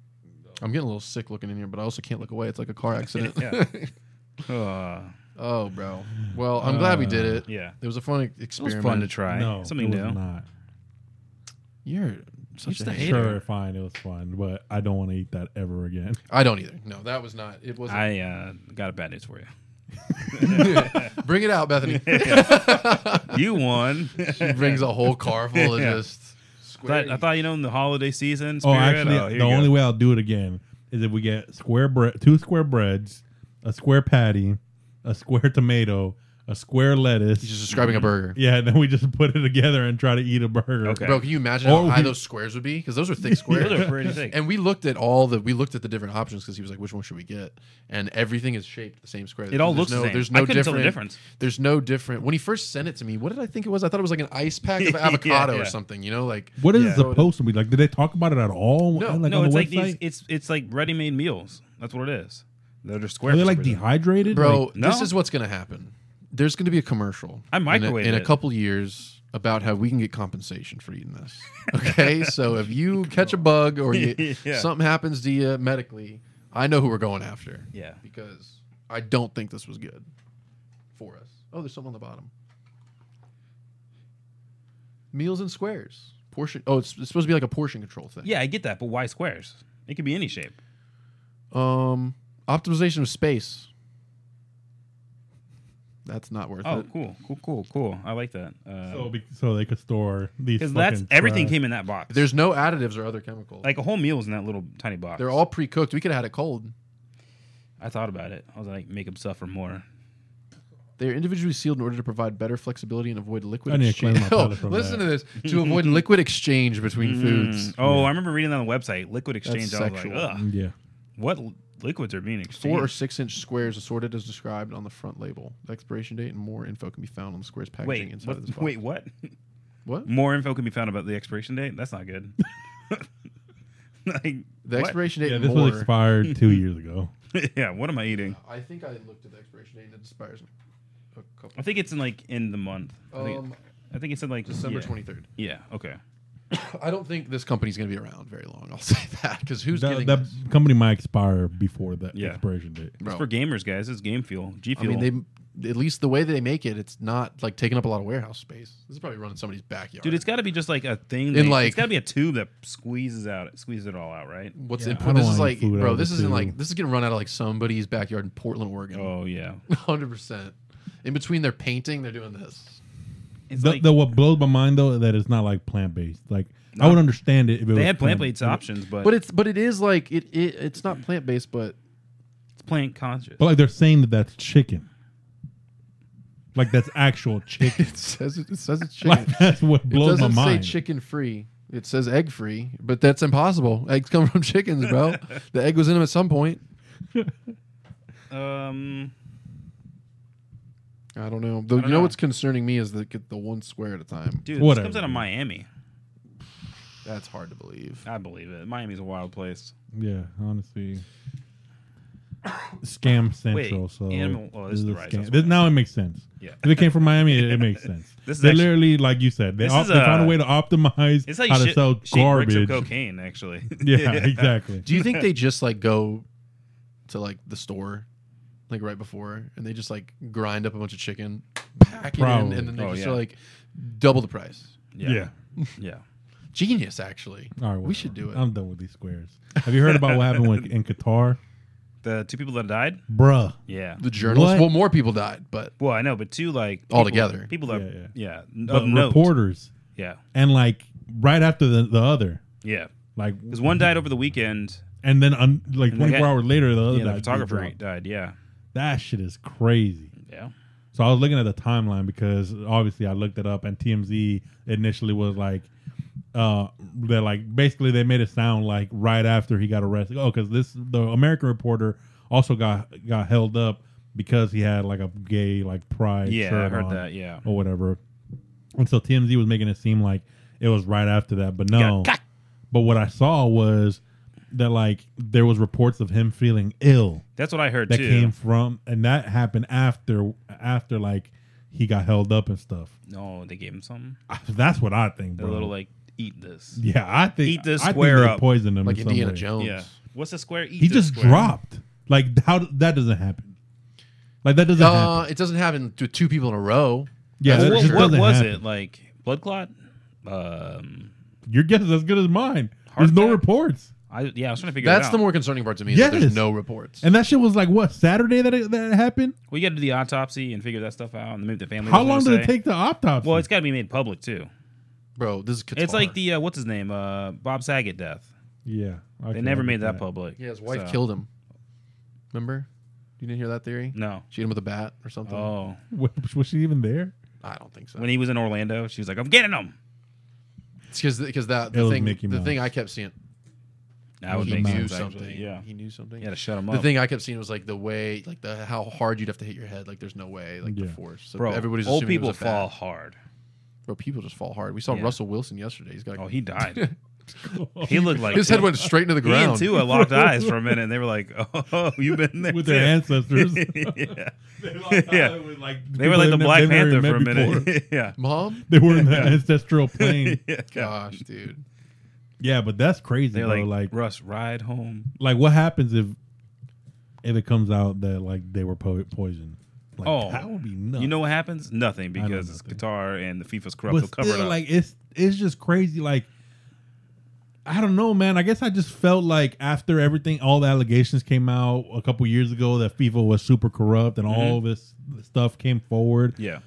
I'm getting a little sick looking in here, but I also can't look away. It's like a car accident. <laughs> <laughs> Yeah. Uh, oh, bro. Well, I'm glad we did it. yeah. It was a fun e- It was experiment. fun to try. No, Something it was new. not. You're such just a a hater. hater. Sure, fine, it was fun, but I don't want to eat that ever again. I don't either. No, that was not. It wasn't. I <laughs> uh, got a bad news for you. <laughs> Bring it out, <laughs> Bethany. <laughs> You won. she brings a whole car full of Yeah. just. Square <laughs> But I thought you know in the holiday season. Oh, Spirit, actually, oh, here the you go. only way I'll do it again is if we get square bread, two square breads, a square patty, a square tomato, a square lettuce. He's just describing a burger. yeah, and then we just put it together and try to eat a burger. Okay. Bro, can you imagine Or how high we- those squares would be? Because those are thick squares. <laughs> <laughs> Those are pretty thick. And we looked at all the we looked at the different options because he was like, "Which one should we get?" And everything is shaped the same square. It all There's looks no, the same. There's I no couldn't different. tell the difference. There's no different. When he first sent it to me, what did I think it was? I thought it was like an ice pack of avocado or <laughs> yeah. something. You know, like What is Yeah. it supposed to be like? Did they talk about it at all? No, like no, on it's the like website? these. It's it's like ready-made meals. That's what it is. They're square. Are for they some like reason. dehydrated, bro, No. this is what's gonna happen. There's gonna be a commercial. I in a- microwaved in a, it. couple years about how we can get compensation for eating this. <laughs> Okay, so if you catch a bug or you, Yeah. something happens to you medically, I know who we're going after. Yeah. because I don't think this was good for us. Oh, there's something on the bottom. Meals in squares. Portion. Oh, it's, it's supposed to be like a portion control thing. Yeah, I get that, but why squares? It could be any shape. Um, optimization of space. That's not worth Oh, it. cool, cool, cool, cool. I like that. like, Uh, so be, so they could store these. Because that's fucking everything trash. came in that box. There's no additives or other chemicals. like a whole meal is in that little tiny box. They're all pre-cooked. We could have had it cold. I thought about it. I was like, make them suffer more. They are individually sealed in order to provide better flexibility and avoid liquid I need to cleanse exchange. my Oh, <laughs> palate from listen that. to this to <laughs> avoid liquid exchange between foods. Mm. Oh, I remember reading that on the website, liquid exchange. I was sexual. like, Ugh, Yeah, what li- liquids are being exchanged? Four or six inch squares assorted as described on the front label. The expiration date and more info can be found on the squares packaging wait, inside what, of this box. wait, what? <laughs> what? More info can be found about the expiration date. That's not good. <laughs> like The what? expiration date yeah. and This more. was <laughs> expired two years ago. yeah, what am I eating? I think I looked at the expiration date and it expires in a couple. I think it's in like in the month. I think- Um, I think it said like December yeah. twenty third. Yeah. Okay. I don't think this company's going to be around very long. I'll <laughs> say that because who's that, getting that this? company might expire before that Yeah. expiration date. Bro. It's for gamers, guys. It's game fuel. G I fuel. mean, they at least the way they make it, it's not like taking up a lot of warehouse space. This is probably running somebody's backyard. Dude, it's got to be just like a thing. In, that- like- it's got to be a tube that squeezes out, squeezes it all out, right? What's Yeah, in, I don't this is want like, any food out bro. of This the isn't like tube. this is gonna run out of like somebody's backyard in Portland, Oregon. Oh yeah. Hundred percent. In between their painting, they're doing this. It's the, like the- what blows my mind though that it's not like plant based. Like I would understand it if it was they had plant plant- based options, but, But it's but it is like it, it it's not plant based, but <laughs> it's plant conscious. But like they're saying that that's chicken. Like that's <laughs> actual chicken. it says it, it says it's like chicken. <laughs> that's what it blows my doesn't say mind. chicken free. It says egg free, but that's impossible. <laughs> Eggs come from chickens, bro. the egg was in them at some point. um, I don't know. The, don't you know, know. what's concerning me is the the one square at a time. dude, Whatever, this comes out of dude. Miami. That's hard to believe. I believe it. Miami's a wild place. Yeah, honestly. Scam Central. so animal- oh, this is the rice, scam. that's This- what- now it makes sense. Yeah. If it came from Miami, it, it <laughs> makes sense. This is they actually- literally, like you said, they, This op- is they found a a- way to optimize It's like how to shit, sell shit bricks of garbage. cocaine, actually. <laughs> <laughs> Yeah, exactly. Do you think <laughs> they just like go to like the store, like right before, and they just like grind up a bunch of chicken, pack it Probably. in, and then they Oh, just yeah. are like double the price? Yeah. Yeah. Genius, actually. All right, um, We should do it. I'm done with these squares. Have you heard about what <laughs> happened with, in Qatar, The two people that died. bruh? Yeah. The journalists. What? Well, more people died, but Well, I know, but two like people, Altogether. people that yeah, Yeah, of But note. reporters Yeah, and like right after the, the other, yeah. like Because one died over the weekend. and then un, like And the 24 guy- hours later, the other Yeah, Oh, the guy photographer dropped. died. Yeah, That shit is crazy. yeah. So I was looking at the timeline because obviously I looked it up, and TMZ initially was like, uh, they're like basically they made it sound like right after he got arrested. Oh, because this the American reporter also got got held up because he had like a gay like pride. Yeah, I shirt heard on that. Yeah. or whatever. And so TMZ was making it seem like it was right after that, but no. got- But what I saw was that like there was reports of him feeling ill That's what I heard that too. came from and that happened after after like he got held up and stuff. no, they gave him something. I- That's what I think, Ah. The bro. little like eat this. yeah, I think Eat this I think square they up. poisoned him like in some Indiana way. Jones. Yeah. What's the square? Eat He this just square. dropped. Like how that doesn't happen. Like that doesn't Uh, happen. it doesn't happen to two people in a row. Yeah, Well, that what just what doesn't was happen. it like? Blood clot. Um. Your guess is as good as mine. Heart There's no attack? reports. I yeah. I was trying to figure. it That's out. the more concerning part to me. Is that Yes. there's no reports. And that shit was like what Saturday that it, that it happened. Well, you got to do the autopsy and figure that stuff out, and maybe the family. How doesn't long wanna did it say. take the autopsy? Well, it's got to be made public too. bro, this is Qatar. It's like the uh, what's his name, uh, Bob Saget death. yeah, They never made that public. yeah, his wife So- killed him. Remember? You didn't hear that theory? No. She hit him with a bat or something. Oh, <laughs> Was, was she even there? I don't think so. when he was in Orlando, she was like, "I'm getting him." Because because that It the was thing Mickey the Mouse. thing I kept seeing That would he make knew sense. something. Actually. Yeah, he knew something. you had to shut him the up. thing I kept seeing was like the way like the how hard you'd have to hit your head. Like there's no way like the Yeah. force. So bro, everybody's old assuming it people was a fall Bat. hard. Bro, people just fall hard. We saw Yeah. Russell Wilson yesterday. He's got Oh, he died. he looked <laughs> like his head went straight into the He and ground. Tua locked eyes for a minute, and they were like, "Oh, <laughs> you've been there <laughs> With too." <laughs> their ancestors. <laughs> yeah. Yeah. like, They were like the Black Panther for a minute. <laughs> yeah. Mom, they were in <laughs> the ancestral plane. yeah. gosh, dude, Yeah, but that's crazy, They're bro. Like, like, like, Russ, ride home. what happens if if it comes out that like they were po- poisoned? Like, Oh, that would be nuts. You know what happens? Nothing because it's nothing. Qatar and the FIFA's corrupt. but They'll cover it still, up. like it's it's just crazy. Like, I don't know, man. I guess I just felt like after everything, all the allegations came out a couple years ago that FIFA was super corrupt and all Mm-hmm. this stuff came forward. yeah.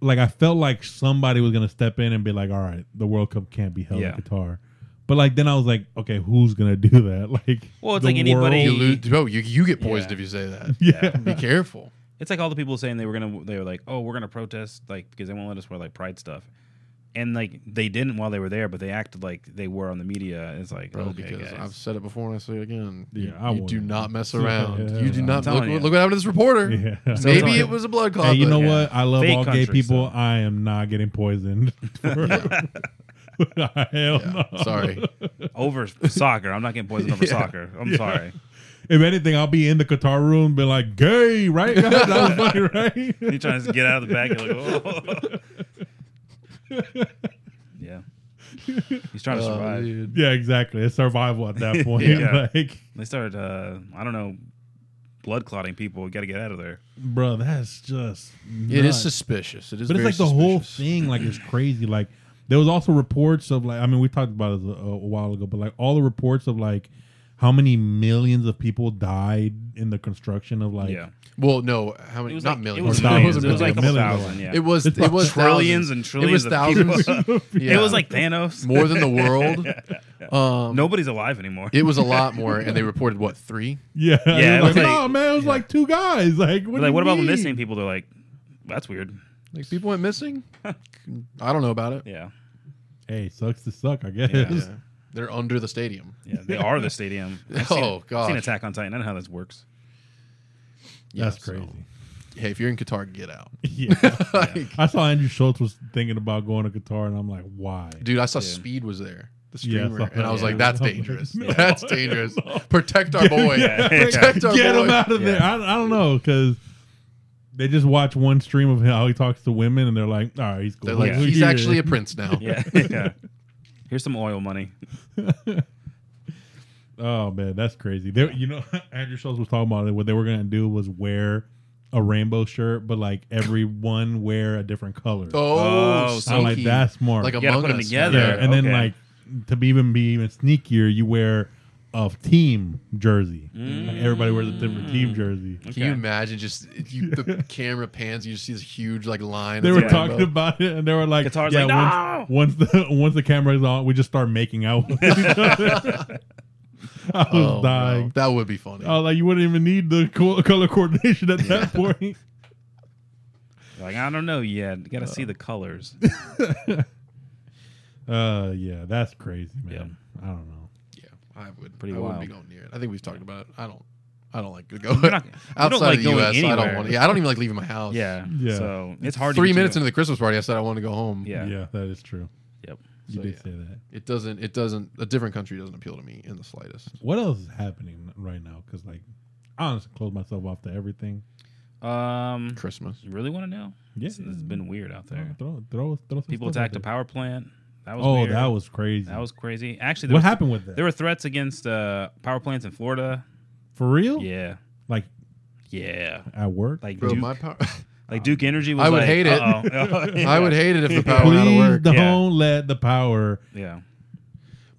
like I felt like somebody was gonna step in and be like, "All right, the World Cup can't be held Yeah. in Qatar." But like then I was like, "Okay, who's gonna do that?" <laughs> Like, Well, it's the like anybody- you world- lose, bro. You you get poisoned <laughs> Yeah. if you say that. Yeah, <laughs> <laughs> Be careful. It's like all the people saying they were gonna. They were like, "Oh, we're gonna protest, like because they won't let us wear like pride stuff," and like they didn't while they were there, but they acted like they were on the media. It's like, Bro, okay, because guys. I've said it before and I say it again. You- Yeah, I you do wouldn't. not mess Yeah, around. yeah, you do I'm not look, telling you. look what happened to this reporter. <laughs> yeah. Maybe telling it you. was a blood clot. Hey, you but- know Yeah. what? I love Fake all gay country, people. so. I am not getting poisoned. <laughs> Hell <laughs> no. <laughs> Sorry. <laughs> over soccer. I'm not getting poisoned over soccer. I'm sorry. If anything, I'll be in the Qatar room, be like, <laughs> "Gay, <laughs> right?" Guys? That was funny, right? You're trying to get out of the back. You're like, oh. <laughs> Yeah. He's trying to survive. Oh, dude. <laughs> yeah, exactly. It's survival <laughs> at that point. Yeah. <laughs> Like, They started, uh, I don't know, blood clotting people. We got to get out of there. bro, that's just It is nuts. suspicious. It is. but it's very like the whole suspicious. thing like is crazy like there was also reports of like i mean we talked about this a, a while ago but like all the reports of like how many millions of people died in the construction of like yeah. <laughs> Well, no, how many? Not like, millions. <laughs> It was, Or millions. thousands. It was like a Millions. thousand. Yeah. It was. It's It was trillions and It was trillions of thousands. people. Yeah. <laughs> It was like Thanos. more than the world. Um, <laughs> Nobody's alive anymore. it was a lot more, and they reported what three? <laughs> yeah Yeah, yeah it like, was no like- man it was yeah. like two guys <laughs> like what, They're do like, you what about the mean?" missing people? They're like, that's weird. Like people went missing. I don't know about it. Yeah. hey sucks to suck i <laughs> guess Yeah. Yeah. They're under the stadium. Yeah. They are the <laughs> stadium. I've seen- Oh I've seen gosh, Attack on Titan. I know how this works. that's so, crazy <laughs> hey, if you're in Qatar, get out. yeah <laughs> Like, i saw andrew schultz was thinking about going to qatar and i'm like why dude, I saw Yeah. Speed was there, the Yeah, I streamer, saw and I was that. like, that's Yeah. dangerous. <laughs> No. That's dangerous. <laughs> Protect our boy. <laughs> Yeah. Protect our get boy. him out of there. Yeah. I, I don't know because they just watch one stream of how he talks to women, and they're like, "All right, he's cool." They're like, Yeah. he's Yeah. actually a prince now. Yeah. yeah. Here's some oil money. oh man, that's crazy. They, you know, <laughs> Andrew Schultz was talking about it. What they were gonna do was wear a rainbow shirt, but like everyone wear a different color. <laughs> Oh, Oh, sneaky. I'm like, that's smart. Like a gotta Among put 'em Us. together. yeah, and then okay. like to be even be even sneakier, you wear a team jersey. Like everybody wears a different team Mm. jersey. Can you imagine just if you, <laughs> the camera pans, you just see this huge like line. They of were rainbow. talking about it, and they were like, Guitar's "Yeah, like, once- <laughs> once, the once the camera's on, we just start making out." <laughs> With each other. I was Oh, dying. no. That would be funny. I was like, "You wouldn't even need the co- color coordination at that point." Like, I don't know yet. Got to see <laughs> the colors. Uh, yeah, that's crazy, man. I don't know. yeah, I would. Pretty I wouldn't be wild. going near it. I think we've talked about it. I don't. I don't like to go You're not- you <laughs> outside don't like of the going U.S. I don't anywhere. want. Yeah, I don't even like leaving my house. Yeah. Yeah. So it's hard. Three to get minutes you into the Christmas party, I said I wanted to go home. Yeah. Yeah, that is true. Yep. You So, did yeah. say that. It doesn't. It doesn't. A different country doesn't appeal to me in the slightest. What else is happening right now? Because like, I honestly closed myself off to everything. to. Um, Christmas. you really want to know? Yeah. It's- it's been weird out Throw, there. throw, throw, throw some People stuff out attacked a there. power plant. That was Oh, weird. that was crazy. that was crazy. Actually, there what was- happened with that? There were threats against uh, power plants in Florida. For real? Yeah, Like yeah. at work? Like Bro, Duke, my <laughs> power. like Duke Energy was. I would like, hate it. <laughs> "Uh-oh." <laughs> I would hate it if the power went out of Please work. don't Yeah. let the power. Yeah,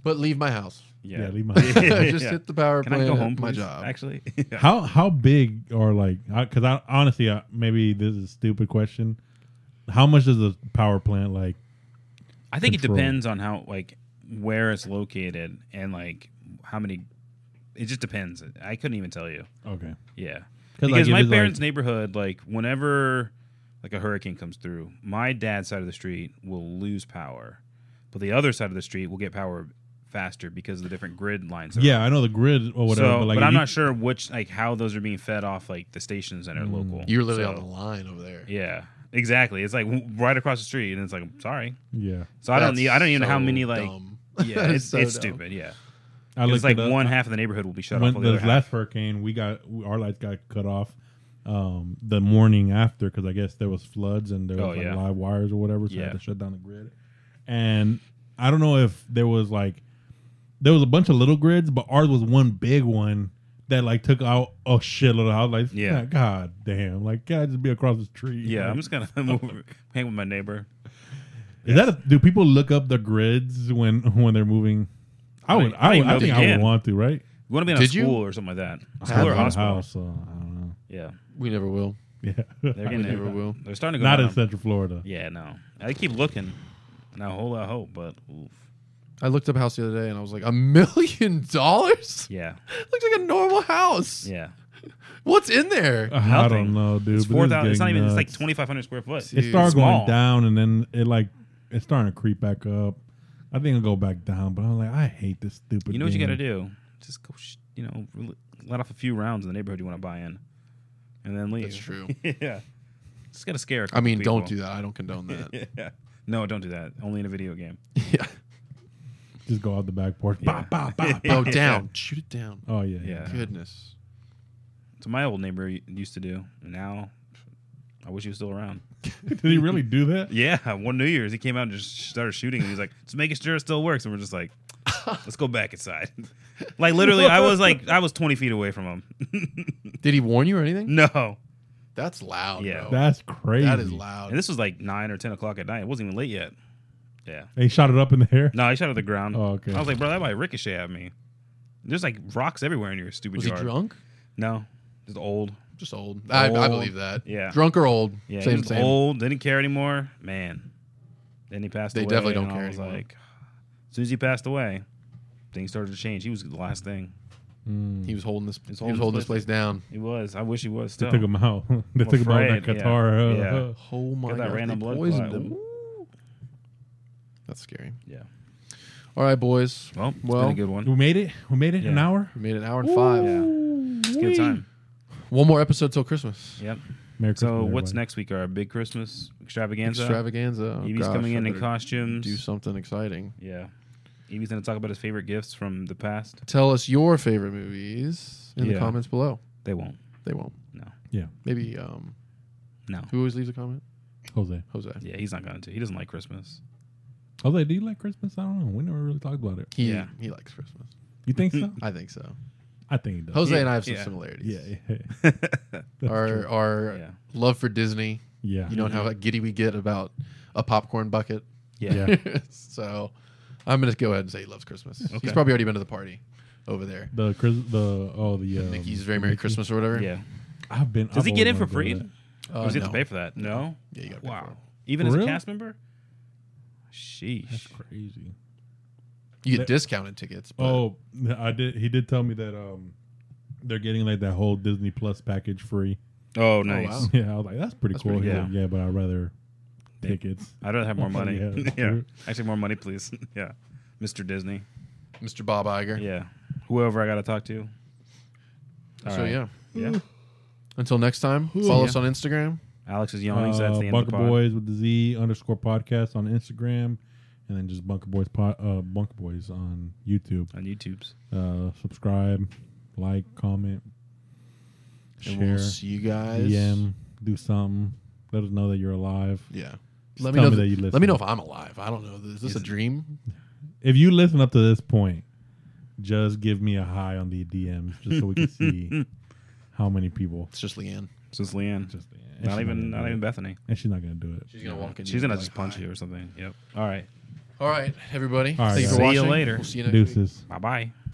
But leave my house. <laughs> yeah. Yeah, leave my. just <laughs> Yeah. hit the power Can I plant go at home? my please? job. Actually, <laughs> how how big or like? Because I, honestly, I, maybe this is a stupid question. How much does a power plant like? I think Control. it depends on how like where it's located and like how many. It just depends. I couldn't even tell you. Okay, Yeah, 'Cause, like, because if my it's, like- parents' neighborhood, like whenever like a hurricane comes through, my dad's side of the street will lose power, but the other side of the street will get power faster because of the different grid lines. that are yeah, I know the grid or whatever. so, but but, like, if I'm you- not sure which like how those are being fed off like the stations that are Mm. local. You were literally So, on the line over there. Yeah, exactly. It's like w- right across the street, and it's like sorry. Yeah, So I don't That's need. I don't even know how so many like. dumb. <laughs> <laughs> Yeah, That is it's, so it's dumb. stupid. Yeah, I it's looked like it up. one half of the neighborhood will be shut When off. while The the other half. last hurricane, we got we, our lights got cut off. Um, the morning after, because I guess there was floods and there was Oh, like yeah. live wires or whatever, so I Yeah. had to shut down the grid. And I don't know if there was like there was a bunch of little grids, but ours was one big one that like took out a shitload of house. Like, Yeah. yeah, god damn, like can I just be across the street? Yeah, Like, I'm just gonna <laughs> move, hang with my neighbor. is that a, do people look up the grids when <laughs> when they're moving? I I would, don't I, even would, know I if think you I can. would want to, right? You want to be in a Did you? school or something like that? I School or live in a hospital? house, so I don't know. Yeah, We never will. <laughs> Yeah, they're getting never will. They're starting to go not in down. Central Florida. Yeah, no. I keep looking, and I hold out hope, but oof. I looked up a house the other day and I was like, a million dollars? yeah, Looks like a normal house. yeah. What's in there? I Nothing. don't know, dude. It's but four thousand. is It's not getting even. It's like nuts. twenty five hundred square foot. Dude, It started small. going down, and then it like it's starting to creep back up. I think it'll go back down, but I'm like, I hate this stupid. You know what you game. got to do? Just go. Sh- you know, re- let off a few rounds in the neighborhood you want to buy in, and then leave. That's true. <laughs> yeah. Just gotta scare. I I mean, don't do that. I don't condone <laughs> that. yeah. No, don't do that. Only in a video game. yeah. Just go out the back porch. Yeah. Uh, Bah, bah, <laughs> bah, bah. Oh, down. Shoot it down. Oh yeah, Yeah. Goodness. So my old neighbor used to do, and now I wish he was still around. <laughs> Did he really do that? Yeah, one New Year's he came out and just started shooting. And he's like, "Just making sure it still works." And we're just like, "Let's go back inside." <laughs> like literally, I was like, I was twenty feet away from him. <laughs> Did he warn you or anything? no, That's loud, Mm. Yeah. bro. That's crazy. that is loud. and this was like nine or ten o'clock at night. It wasn't even late yet. Yeah, They shot it up in the air. no, he shot at the ground. Oh, okay. I was like, "Bro, that might ricochet at me." There's like rocks everywhere in your stupid was he yard. drunk? No, just old. Just old. I, I Old. believe that. Yeah. Drunk or old. Yeah, he same, was same. old. Didn't care anymore. Man, then he passed They away. definitely don't and I care was anymore. like, as soon as he passed away, things started to change. He was the last thing. Mm. He was holding this. He's he was holding this place down. He was. I wish he was They still. took him out. <laughs> they I'm took him out with that afraid, yeah. Qatar. uh, Yeah. uh, Oh my Got god! that random they blood poisoned clot. him. Ooh. That's scary. Yeah. All right, boys. Well, it's Well, been a good one. We made it. We made it an Yeah. hour. We made an hour and five. Yeah. It's a good time. One more episode till Christmas. Yep. Merry So Christmas, what's everybody. next week? Our big Christmas extravaganza. Extravaganza. Oh, Evie's gosh, coming I in in better costumes. Do something exciting. Yeah. Evie's gonna talk about his favorite gifts from the past. Tell us your favorite movies in the Yeah. comments below. They won't. They won't. No. Yeah. Maybe um, No. who always leaves a comment? Jose? Jose. Yeah, he's not going to. He doesn't like Christmas. <laughs> Jose, do you like Christmas? I don't know. We never really talked about it. He Yeah. he likes Christmas. You think so? I think so. <laughs> I think he does. Jose Yeah, and I have some yeah. similarities. Yeah, yeah, <laughs> yeah. That's Our true. our Yeah. Mm-hmm. love for Disney. yeah, You know how like, giddy we get about a popcorn bucket. yeah. <laughs> so I'm gonna go ahead and say he loves Christmas. Okay. He's probably already been to the party over there. The Chris, the oh the um, Mickey's very Merry Mickey. Christmas or whatever. Yeah. I've been. Does I've he get always in for wanted to free? go to Does that. Uh, he have no. to pay for that? No. Yeah, you got Wow. wow. Even For as real? a cast member? Sheesh. That's crazy. You get discounted tickets. But Oh, I did. He did tell me that um, they're getting like that whole Disney Plus package free. <laughs> Oh, nice. wow. Yeah, I was like, that's pretty That's cool. pretty He's cool. like, yeah, but I'd rather Yeah. tickets. I'd rather <laughs> have more money. Yeah, <laughs> yeah. that's true. Actually, more money, please. <laughs> yeah. Mr. Disney. Mr. Bob Iger. Yeah. Whoever I got to talk to. All so right. yeah. Yeah. Until next time, follow Yeah. us on Instagram. Alex is yawning, so that's Uh, the end Bunker of the pod. Boys with the Z underscore podcast on Instagram, and then just Bunker Boys pod, uh, Bunker Boys on YouTube. On YouTube's. Uh, subscribe, like, comment, And share, we'll see you guys. DM, do something. Let us know that you're alive. Yeah. Just Let me tell know. me th- that you listen. let me know if I'm alive. I don't know. Is this a dream? If you listen up to this point, just give me a high on the DMs just so we can see <laughs> how many people. It's just Leanne. It's just Leanne. Just and she's not even gonna not do even it. Bethany. And she's not gonna do it. She's gonna walk in. She's gonna like, just punch "Hi." you or something. Yep. All right. All right, everybody. All right, Thank you for guys. See you watching. later. We'll see you next week. Deuces. Bye bye.